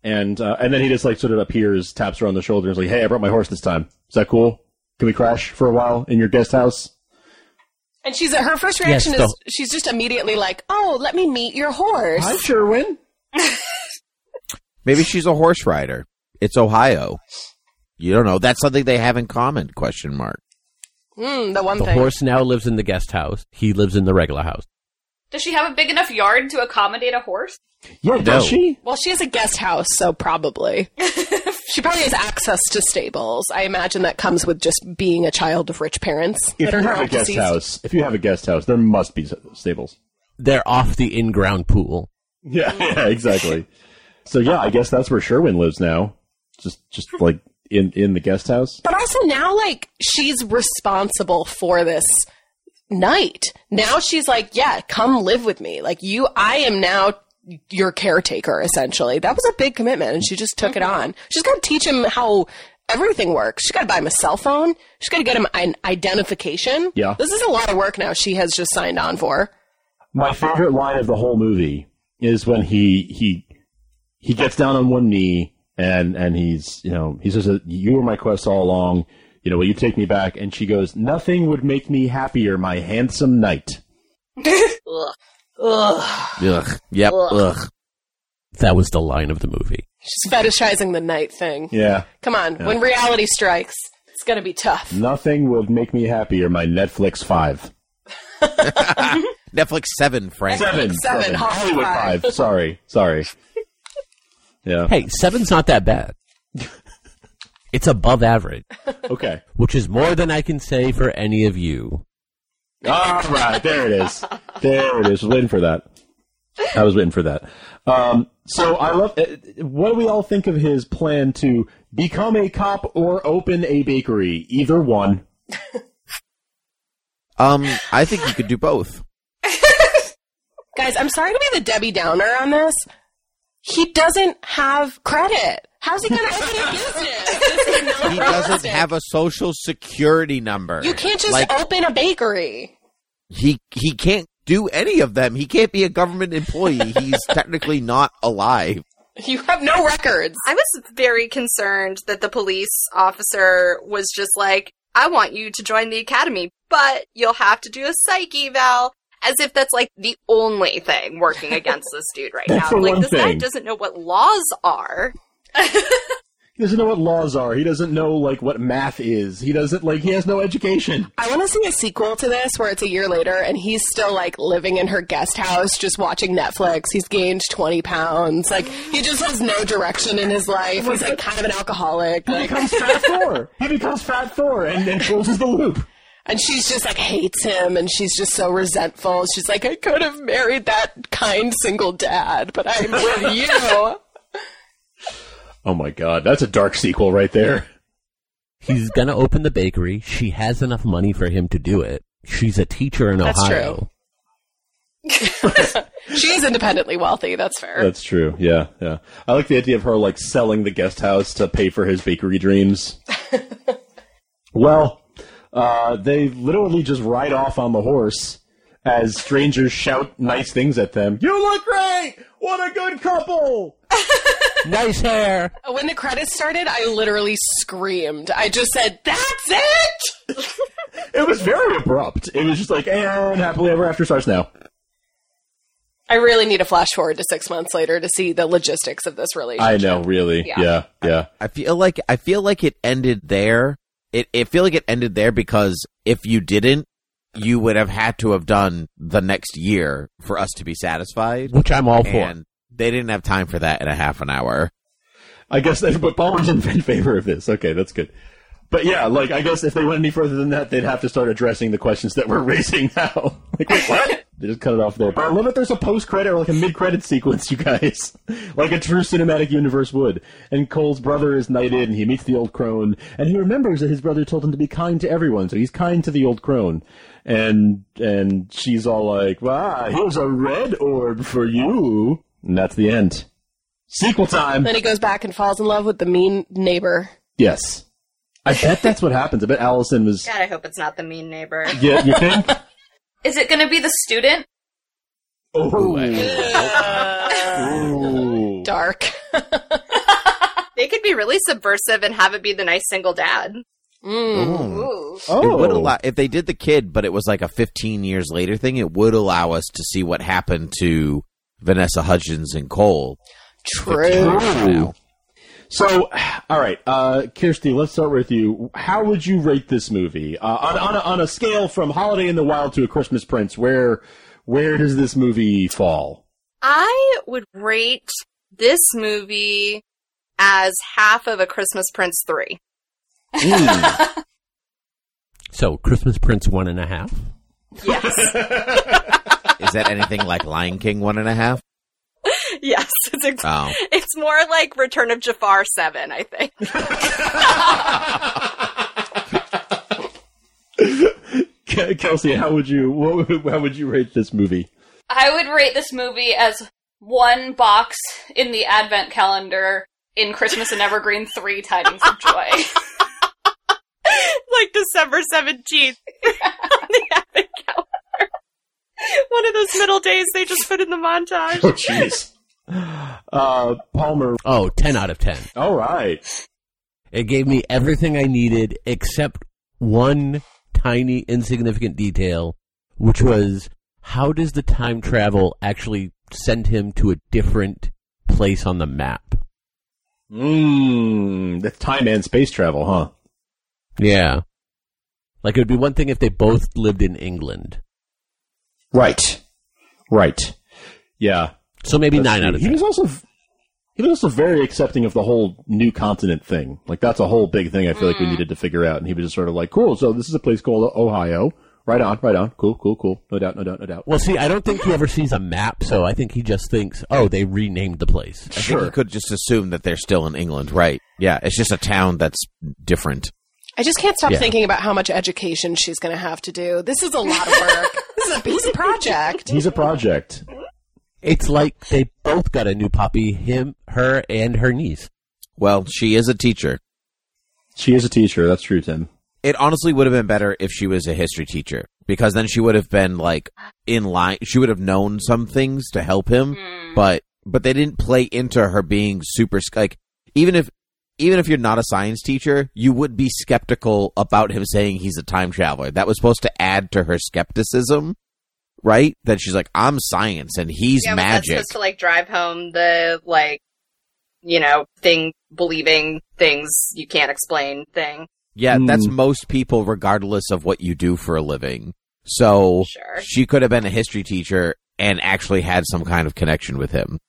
And uh, and then he just like sort of appears, taps her on the shoulder, and is like, "Hey, I brought my horse this time. Is that cool? Can we crash for a while in your guest house?" And she's her first reaction Yes, is she's just immediately like, "Oh, let me meet your horse." Hi, Sherwin. Maybe she's a horse rider. It's Ohio. You don't know. That's something they have in common? Question mark. Mm, the one The thing. horse now lives in the guest house. He lives in the regular house. Does she have a big enough yard to accommodate a horse? Yeah, No. does she? Well, she has a guest house, so probably she probably has access to stables. I imagine that comes with just being a child of rich parents. If that you are have a not guest deceased. house, if you have a guest house, there must be stables. They're off the in-ground pool. <laughs> Yeah, yeah, exactly. So yeah, I guess that's where Sherwin lives now. Just just like in in the guest house. But also now, like, she's responsible for this night. Now she's like, yeah, come live with me. Like, you, I am now your caretaker, essentially. That was a big commitment, and she just took it on. She's got to teach him how everything works. She's got to buy him a cell phone. She's got to get him an identification. Yeah. This is a lot of work now she has just signed on for. My favorite line of the whole movie is when he he he gets down on one knee and and he's you know he says you were my quest all along. You know, will you take me back? And she goes, nothing would make me happier, my handsome knight. Ugh. Ugh. Ugh. Yep. Ugh. Ugh. That was the line of the movie. She's fetishizing the night thing. Yeah, Come on, when reality strikes, it's going to be tough. nothing would make me happier, my Netflix five. Netflix seven, Frank. Seven. Seven, Hollywood five. five. Sorry. Sorry. Yeah. Hey, seven's not that bad. <laughs> it's above average, Okay. which is more than I can say for any of you. All right, there it is. There it is. Waiting for that. I was waiting for that. Um, so I love. uh, What do we all think of his plan to become a cop or open a bakery? Either one. Um, I think you could do both. Guys, I'm sorry to be the Debbie Downer on this. He doesn't have credit. How's he going to open a business? This is not He doesn't realistic. have a social security number. You can't just like open a bakery. he he can't do any of them. He can't be a government employee. He's <laughs> technically not alive. You have no records. I was very concerned that the police officer was just like, I want you to join the academy, but you'll have to do a psych eval. As if that's like the only thing working against this dude right That's now. the Like, one this guy thing. doesn't know what laws are. He doesn't know what laws are. He doesn't know like what math is. He doesn't like. He has no education. I want to see a sequel to this where it's a year later and he's still like living in her guest house, just watching Netflix. He's gained 20 pounds. Like, he just has no direction in his life. He's like kind of an alcoholic. He Like, becomes Fat Thor. He becomes Fat Thor and then closes the loop. and she's just like hates him and she's just so resentful. She's like, I could have married that kind single dad, but I'm with you. Oh my god, that's a dark sequel right there. He's going to open the bakery. She has enough money for him to do it. She's a teacher in That's Ohio. true. She is independently wealthy. That's fair. That's true. Yeah, yeah. I like the idea of her like selling the guest house to pay for his bakery dreams. well, uh, they literally just ride off on the horse as strangers shout nice things at them. You look great! What a good couple! Nice hair. when the credits started, I literally screamed. I just said, That's it! It was very abrupt. It was just like, and happily ever after starts now. I really need a flash forward to six months later to see the logistics of this relationship. I know, really. Yeah. yeah. yeah. I feel like I feel like it ended there. It it feel like it ended there because if you didn't, you would have had to have done the next year for us to be satisfied. Which I'm all for. And they didn't have time for that in a half an hour. I guess, that, but Baldwin's in <laughs> favor of this. Okay, that's good. But yeah, like I guess if they went any further than that, they'd have to start addressing the questions that we're <laughs> raising now. like wait, what? They just cut it off there. But I love that there's a post credit or like a mid credit sequence, you guys, <laughs> like a true cinematic universe would. And Cole's brother is knighted, and he meets the old crone, and he remembers that his brother told him to be kind to everyone, so he's kind to the old crone. And and she's all like, "Wow, here's a red orb for you," and that's the end. Sequel time. Then he goes back and falls in love with the mean neighbor. Yes. I bet that's what happens. I bet Allison was. God, I hope it's not the mean neighbor. Yeah, you think? Is it going to be the student? Oh, Dark. They could be really subversive and have it be the nice single dad. Mm. Ooh. It Oh. would allow if they did the kid, but it was like a 15 years later thing. It would allow us to see what happened to Vanessa Hudgens and Cole. True. Now. So, all right, uh, Kirsty, let's start with you. How would you rate this movie uh, on on a, on a scale from Holiday in the Wild to A Christmas Prince? Where where does this movie fall? I would rate this movie as half of a Christmas Prince 3. So, Christmas Prince one and a half. Yes. Is that anything like Lion King one and a half? <laughs> yes. It's, ex- Oh. it's more like Return of Jafar 7, I think. <laughs> Ke- Kelsey, how would you what, would- how would you rate this movie? I would rate this movie as one box in the advent calendar in Christmas and Evergreen 3 Tidings of Joy. like December 17th. <laughs> on the advent calendar. One of those middle days they just put in the montage. jeez. uh, Palmer. Oh, 10 out of 10. All right. It gave me everything I needed except one tiny insignificant detail, which was how does the time travel actually send him to a different place on the map? Mmm. That's time and space travel, huh? Yeah. Like it would be one thing if they both lived in England. Right. Right. Yeah. So maybe That's nine out true. of He ten. was also he was also very accepting of the whole new continent thing. Like that's a whole big thing I feel like we needed to figure out. And he was just sort of like, cool. So this is a place called Ohio. Right on, right on. Cool, cool, cool. No doubt, no doubt, no doubt. Well, see, I don't think he ever sees a map, so I think he just thinks, "Oh, they renamed the place." I think you could just assume that they're still in England, right? Yeah, it's just a town that's different. I just can't stop Yeah. thinking about how much education she's going to have to do. This is a lot of work. <laughs> this is a piece of project. He's a project. It's like they both got a new puppy, him, her, and her niece. Well, she is a teacher. She is a teacher. That's true, Tim. It honestly would have been better if she was a history teacher because then she would have been like in line. She would have known some things to help him, Hmm. but but they didn't play into her being super sc- like even if even if you're not a science teacher, you would be skeptical about him saying he's a time traveler. That was supposed to add to her skepticism, right? That she's like, "I'm science and he's yeah, but that's magic." supposed to like drive home the like, you know, thing believing things you can't explain thing. Yeah, Mm. that's most people, regardless of what you do for a living. So Sure. she could have been a history teacher and actually had some kind of connection with him.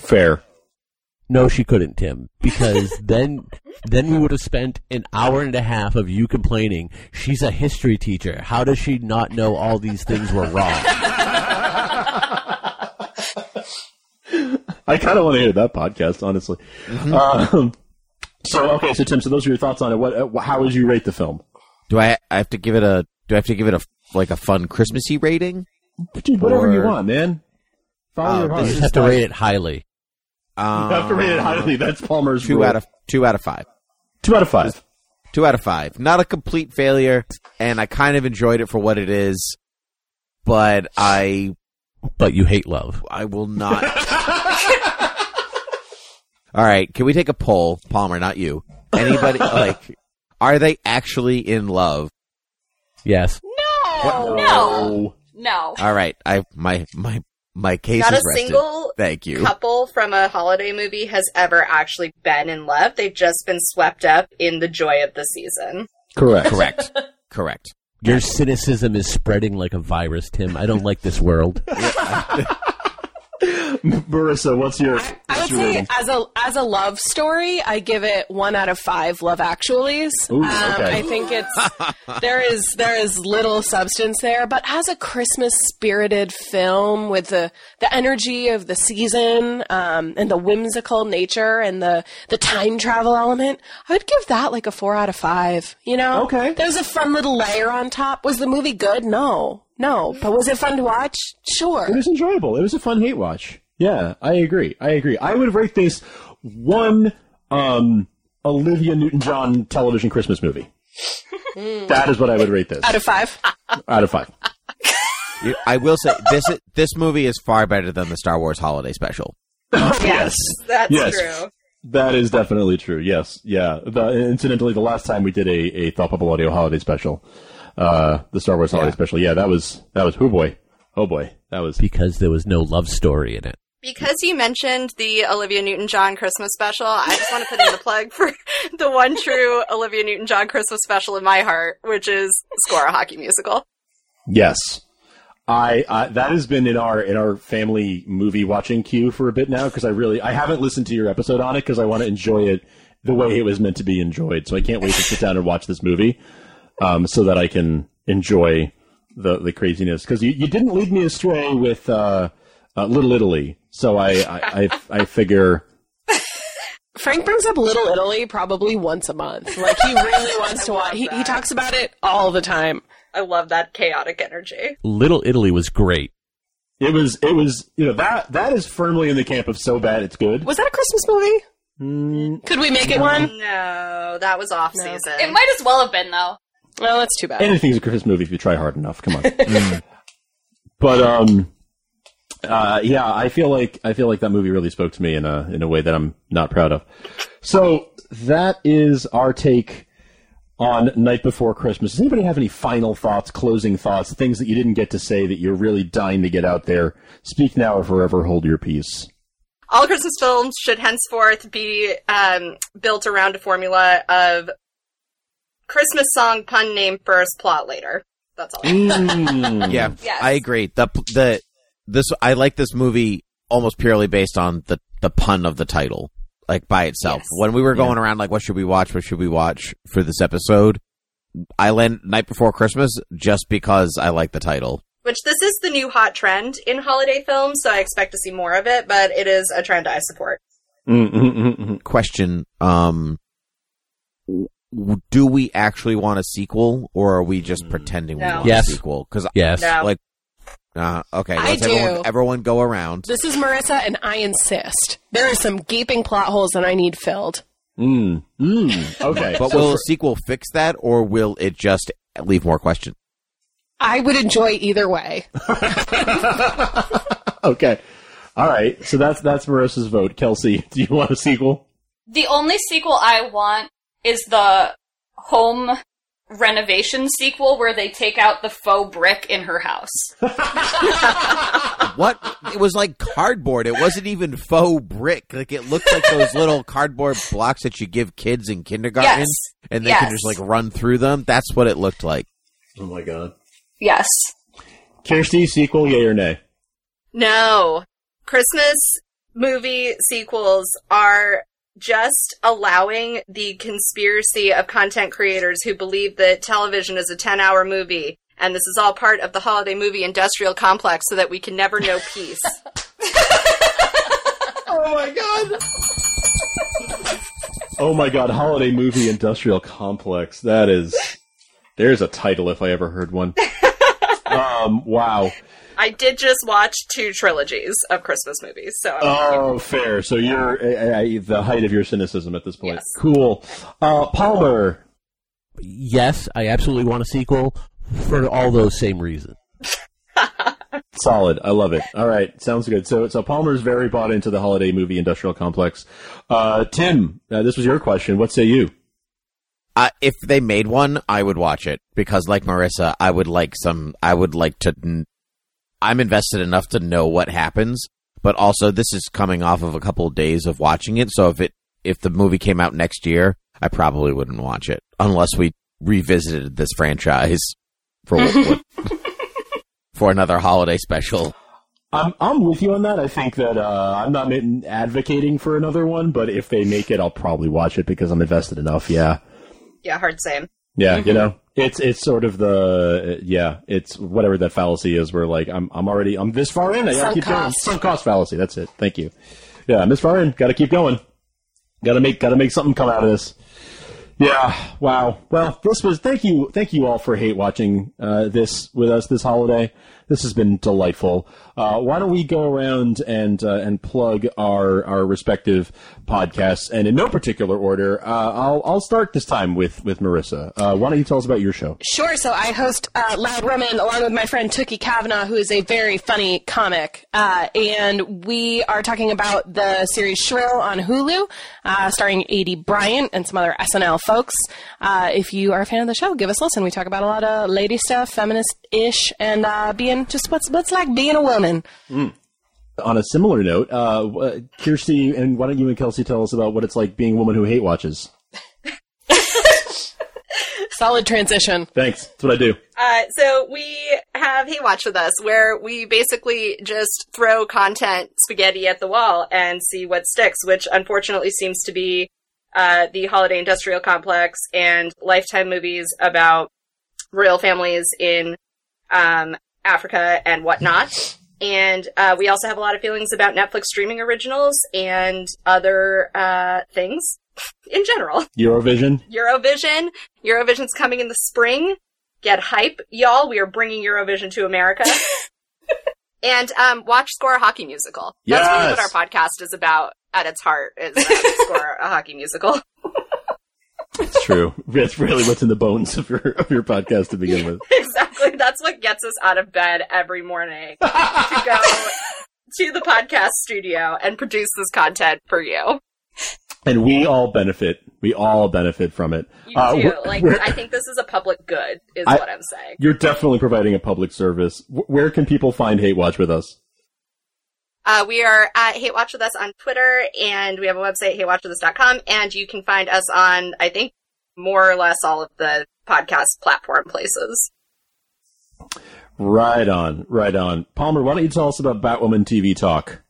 Fair. No, she couldn't, Tim, because <laughs> then then we would have spent an hour and a half of you complaining. She's a history teacher. How does she not know all these things were wrong? I kind of want to hear that podcast, honestly. Mm-hmm. Um, so okay, so Tim, so those are your thoughts on it. What? Uh, how would you rate the film? Do I? I have to give it a. Do I have to give it a like a fun Christmassy rating? Dude, whatever you Or- want, man. Follow Uh, your heart. You just have to rate it highly. Um, You have to rate it highly. That's Palmer's Two rule. out of two out of five. two out of five. Two out of five. Not a complete failure, and I kind of enjoyed it for what it is. But I But you hate love. I will not. All right, can we take a poll, Palmer? Not you. <laughs> Anybody like? Are they actually in love? Yes. No, no, Oh. no. All right, I my my my case Not is a rested. single Thank you. couple from a holiday movie has ever actually been in love. They've just been swept up in the joy of the season. Correct. Correct. Correct. Your cynicism is spreading like a virus, Tim. I don't like this world. <laughs> Marissa, what's your? I, I would what's your say rating? as a as a love story, I give it one out of five love actuallys. Ooh, um, okay. I think it's there is there is little substance there, but as a Christmas spirited film with the the energy of the season um, and the whimsical nature and the the time travel element, I would give that like a four out of five. You know, Okay. There's a fun little layer on top. Was the movie good? No, no. But was it fun to watch? Sure. It was enjoyable. It was a fun hate watch. Yeah, I agree. I agree. I would rate this one um, Olivia Newton-John television Christmas movie. that is what I would rate this Hmm. Out of five. out of five. You- I will say this is- this movie is far better than the Star Wars Holiday Special. yes, That's Yes. true. that is definitely true. Yes, yeah. The, incidentally, the last time we did a a Thought Bubble Audio holiday special, uh, the Star Wars holiday special. Yeah, that was that was. Oh boy, oh boy, that was. because there was no love story in it. Because you mentioned the Olivia Newton John Christmas special, I just want to put in the plug for <laughs> the one true Olivia Newton John Christmas special in my heart, which is Score a Hockey Musical. Yes. I, I that has been in our in our family movie watching queue for a bit now because I really I haven't listened to your episode on it because I want to enjoy it the way it was meant to be enjoyed. So I can't wait to sit down and watch this movie, um, so that I can enjoy the the craziness because you, you didn't lead me astray with uh, uh, Little Italy. So I I, I I figure Frank brings up Little Italy probably once a month. Like he <laughs> really wants to watch. He, he talks about it all the time. I love that chaotic energy. Little Italy was great. it was it was you know that that is firmly in the camp of so bad it's good. Was that a Christmas movie? Could we make it one? No, that was off season. It might as well have been though. No, that's too bad. <laughs> anything's a Christmas movie if you try hard enough. Come on. but um, uh, yeah, I feel like I feel like that movie really spoke to me in a in a way that I'm not proud of. So that is our take on Night Before Christmas. Does anybody have any final thoughts, closing thoughts, things that you didn't get to say that you're really dying to get out there? Speak now or forever hold your peace. All Christmas films should henceforth be um, built around a formula of Christmas song pun name first, plot later. That's all. Mm. <laughs> Mm-hmm. Yeah, Yes. I agree. The the this I like this movie almost purely based on the the pun of the title, like by itself. Yes. When we were going around, like, what should we watch? What should we watch for this episode? I land Night Before Christmas just because I like the title. Which this is the new hot trend in holiday films, so I expect to see more of it, but it is a trend I support. mm. Mm-mm-mm-mm. Question: Um, w- do we actually want a sequel, or are we just pretending we No. want Mm. Yes. a sequel? Because Yes. No. like, uh, okay, I let's everyone, do. everyone go around. This is Marissa, and I insist. There are some gaping plot holes that I need filled. Mm. Mm. Okay. But so will a for- sequel fix that, or will it just leave more questions? I would enjoy either way. okay. All right. So that's that's Marissa's vote. Kelsey, <laughs> do you want a sequel? The only sequel I want is the home renovation sequel where they take out the faux brick in her house. What? It was like cardboard. It wasn't even faux brick. Like it looked like those little cardboard blocks that you give kids in kindergarten, Yes. and they can Yes. just like run through them. That's what it looked like. Oh my god. Yes. Kirsty, sequel, yay or nay? No. Christmas movie sequels are just allowing the conspiracy of content creators who believe that television is a 10 hour movie and this is all part of the holiday movie industrial complex so that we can never know peace. Oh my god, holiday movie industrial complex. That is there's a title if I ever heard <laughs> one. Um, wow. I did just watch two trilogies of Christmas movies, so I'm Oh, fair. So you're uh, uh, the height of your cynicism at this point. Cool. Uh, Palmer. Yes, I absolutely want a sequel for all those same reasons. Solid. I love it. All right. Sounds good. So, so Palmer's very bought into the holiday movie industrial complex. Uh, Tim, uh, this was your question. What say you? Uh, if they made one, I would watch it because, like Marissa, I would like some. I would like to. n- I'm invested enough to know what happens, but also this is coming off of a couple of days of watching it. So if it if the movie came out next year, I probably wouldn't watch it unless we revisited this franchise for what, what- for another holiday special. I'm I'm with you on that. I think that uh, I'm not ma- advocating for another one, but if they make it, I'll probably watch it because I'm invested enough. Yeah, yeah, hard same. yeah, you know, it's it's sort of the yeah, it's whatever that fallacy is. Where like I'm I'm already I'm this far in. I gotta Sunk keep going. cost. Sunk cost fallacy. That's it. Thank you. Yeah, I'm this far in. Got to keep going. Got to make got to make something come out of this. Yeah. Wow. Well, this was thank you thank you all for hate watching uh, this with us this holiday. This has been delightful. Uh, why don't we go around and uh, and plug our our respective podcasts and in no particular order. Uh, I'll I'll start this time with with Marissa. Uh, why don't you tell us about your show? Sure. So I host uh, Loud Roman along with my friend Tookie Kavanaugh, who is a very funny comic. Uh, and we are talking about the series Shrill on Hulu, uh, starring A.D. Bryant and some other SNL folks. Uh, if you are a fan of the show, give us a listen. We talk about a lot of lady stuff, feminist ish, and uh, being just what's, what's like being a woman. On a similar note, uh, uh, Kirsty and why don't you and Kelsey tell us about what it's like being a woman who hate watches? Solid transition. Thanks. That's what I do. Uh, so we have Hey Watch with us, where we basically just throw content spaghetti at the wall and see what sticks, which unfortunately seems to be uh, the Holiday Industrial Complex and Lifetime movies about royal families in um, Africa and whatnot. And uh, we also have a lot of feelings about Netflix streaming originals and other uh, things in general. Eurovision. Eurovision. Eurovision's coming in the spring. Get hype, y'all. We are bringing Eurovision <laughs> to America. and um, watch Score a Hockey Musical. That's really Yes. what our podcast is about at its heart is uh, <laughs> Score a Hockey Musical. <laughs> It's true. <laughs> That's really what's in the bones of your of your podcast to begin with. <laughs> exactly. That's what gets us out of bed every morning to go to the podcast studio and produce this content for you. and we all benefit. We all benefit from it. You Uh, do. we're- Like, we're- I think this is a public good, is I- what I'm saying. You're definitely providing a public service. Wh- Where can people find Hate Watch with us? Uh, we are at Hate Watch with Us on Twitter, and we have a website, hatewatchwithus.com, and you can find us on, I think, more or less all of the podcast platform places. Right on, right on. Palmer, why don't you tell us about Batwoman TV Talk?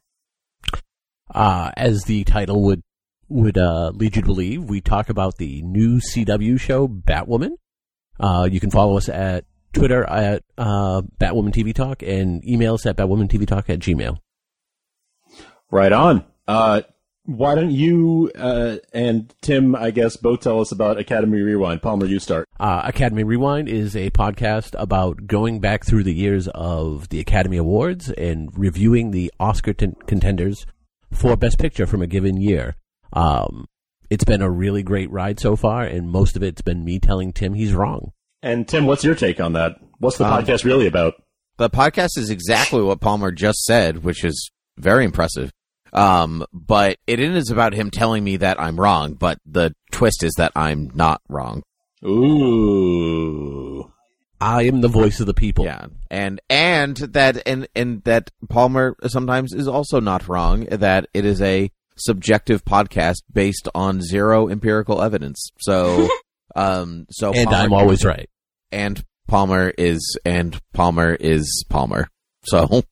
Uh, as the title would would uh, lead you to believe, we talk about the new CW show Batwoman. Uh, you can follow us at Twitter at uh, Batwoman TV Talk and email us at Batwoman TV Talk at Gmail. Right on. Uh, why don't you uh, and Tim, I guess, both tell us about Academy Rewind? Palmer, you start. Uh, Academy Rewind is a podcast about going back through the years of the Academy Awards and reviewing the Oscar ten- contenders for Best Picture from a given year. Um, it's been a really great ride so far, and most of it's been me telling Tim he's wrong. And Tim, what's your take on that? What's the Um, podcast really about? The podcast is exactly what Palmer just said, which is very impressive. Um, but it is about him telling me that I'm wrong, but the twist is that I'm not wrong. Ooh. I am the voice of the people. Yeah. And and that and and that Palmer sometimes is also not wrong that it is a subjective podcast based on zero empirical evidence. <laughs> So um so and Palmer- I'm always right. and Palmer is and Palmer is Palmer. So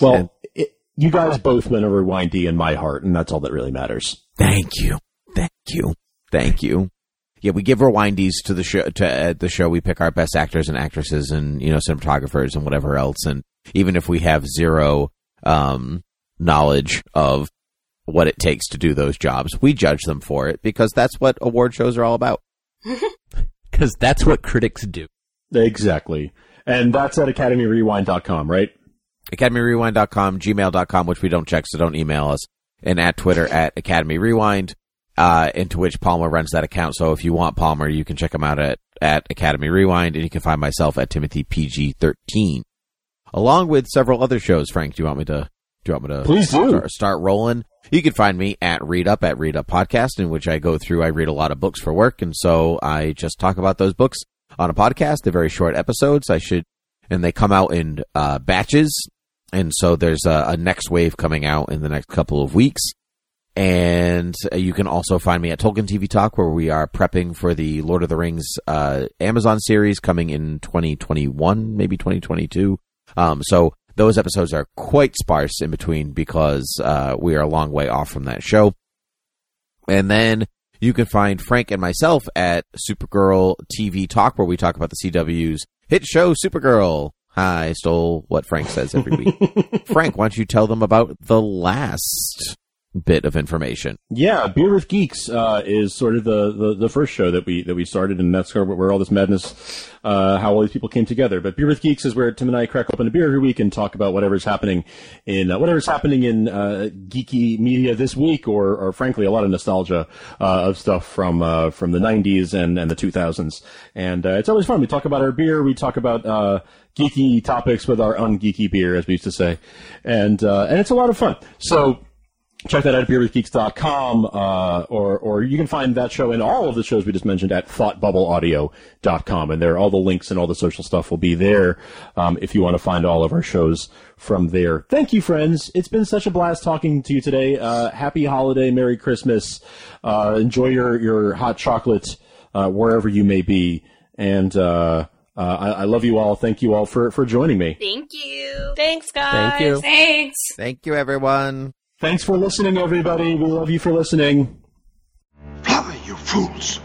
Well, it, you guys both win a rewindy in my heart, and that's all that really matters. Thank you. Thank you. Thank you. Yeah, we give rewindies to the show. To uh, the show, we pick our best actors and actresses, and you know, cinematographers and whatever else. And even if we have zero um, knowledge of what it takes to do those jobs, we judge them for it because that's what award shows are all about. Because that's what critics do. Exactly. And that's at academyrewind.com, right? AcademyRewind.com, Gmail.com, which we don't check, so don't email us, and at Twitter at Academy Rewind, uh, into which Palmer runs that account. So if you want Palmer, you can check him out at, at Academy Rewind, and you can find myself at Timothy PG13, along with several other shows. Frank, do you want me to? Do you want me to Please do. start, start rolling? You can find me at Read Up at Read Up Podcast, in which I go through. I read a lot of books for work, and so I just talk about those books on a podcast. They're very short episodes. I should, and they come out in uh, batches, and so there's a, a next wave coming out in the next couple of weeks. And uh, you can also find me at Tolkien TV Talk, where we are prepping for the Lord of the Rings uh, Amazon series coming in 2021, maybe 2022. Um, so those episodes are quite sparse in between because uh, we are a long way off from that show. And then you can find Frank and myself at Supergirl TV Talk, where we talk about the CW's hit show Supergirl. Hi, I stole what Frank says every week. Frank, why don't you tell them about the last bit of information? Yeah, Beer with Geeks uh, is sort of the, the, the first show that we that we started, and that's where, where all this madness, uh, how all these people came together. But Beer with Geeks is where Tim and I crack open a beer every week and talk about whatever's happening in uh, whatever's happening in uh, geeky media this week, or, or frankly, a lot of nostalgia uh, of stuff from uh, from the '90s and, and the 2000s. And uh, it's always fun. We talk about our beer. We talk about uh, geeky topics with our ungeeky beer, as we used to say, and uh, and it's a lot of fun. So check that out at beerwithgeeks.com, uh, or, or you can find that show and all of the shows we just mentioned at thoughtbubbleaudio.com. And there, all the links and all the social stuff will be there um, if you want to find all of our shows from there. Thank you, friends. It's been such a blast talking to you today. Uh, happy holiday, Merry Christmas. Uh, enjoy your, your hot chocolate uh, wherever you may be. And uh, uh, I, I love you all. Thank you all for, for joining me. Thank you. Thanks, guys. Thank you. Thanks. Thank you, everyone. Thanks for listening, everybody. We love you for listening. Fly, you fools!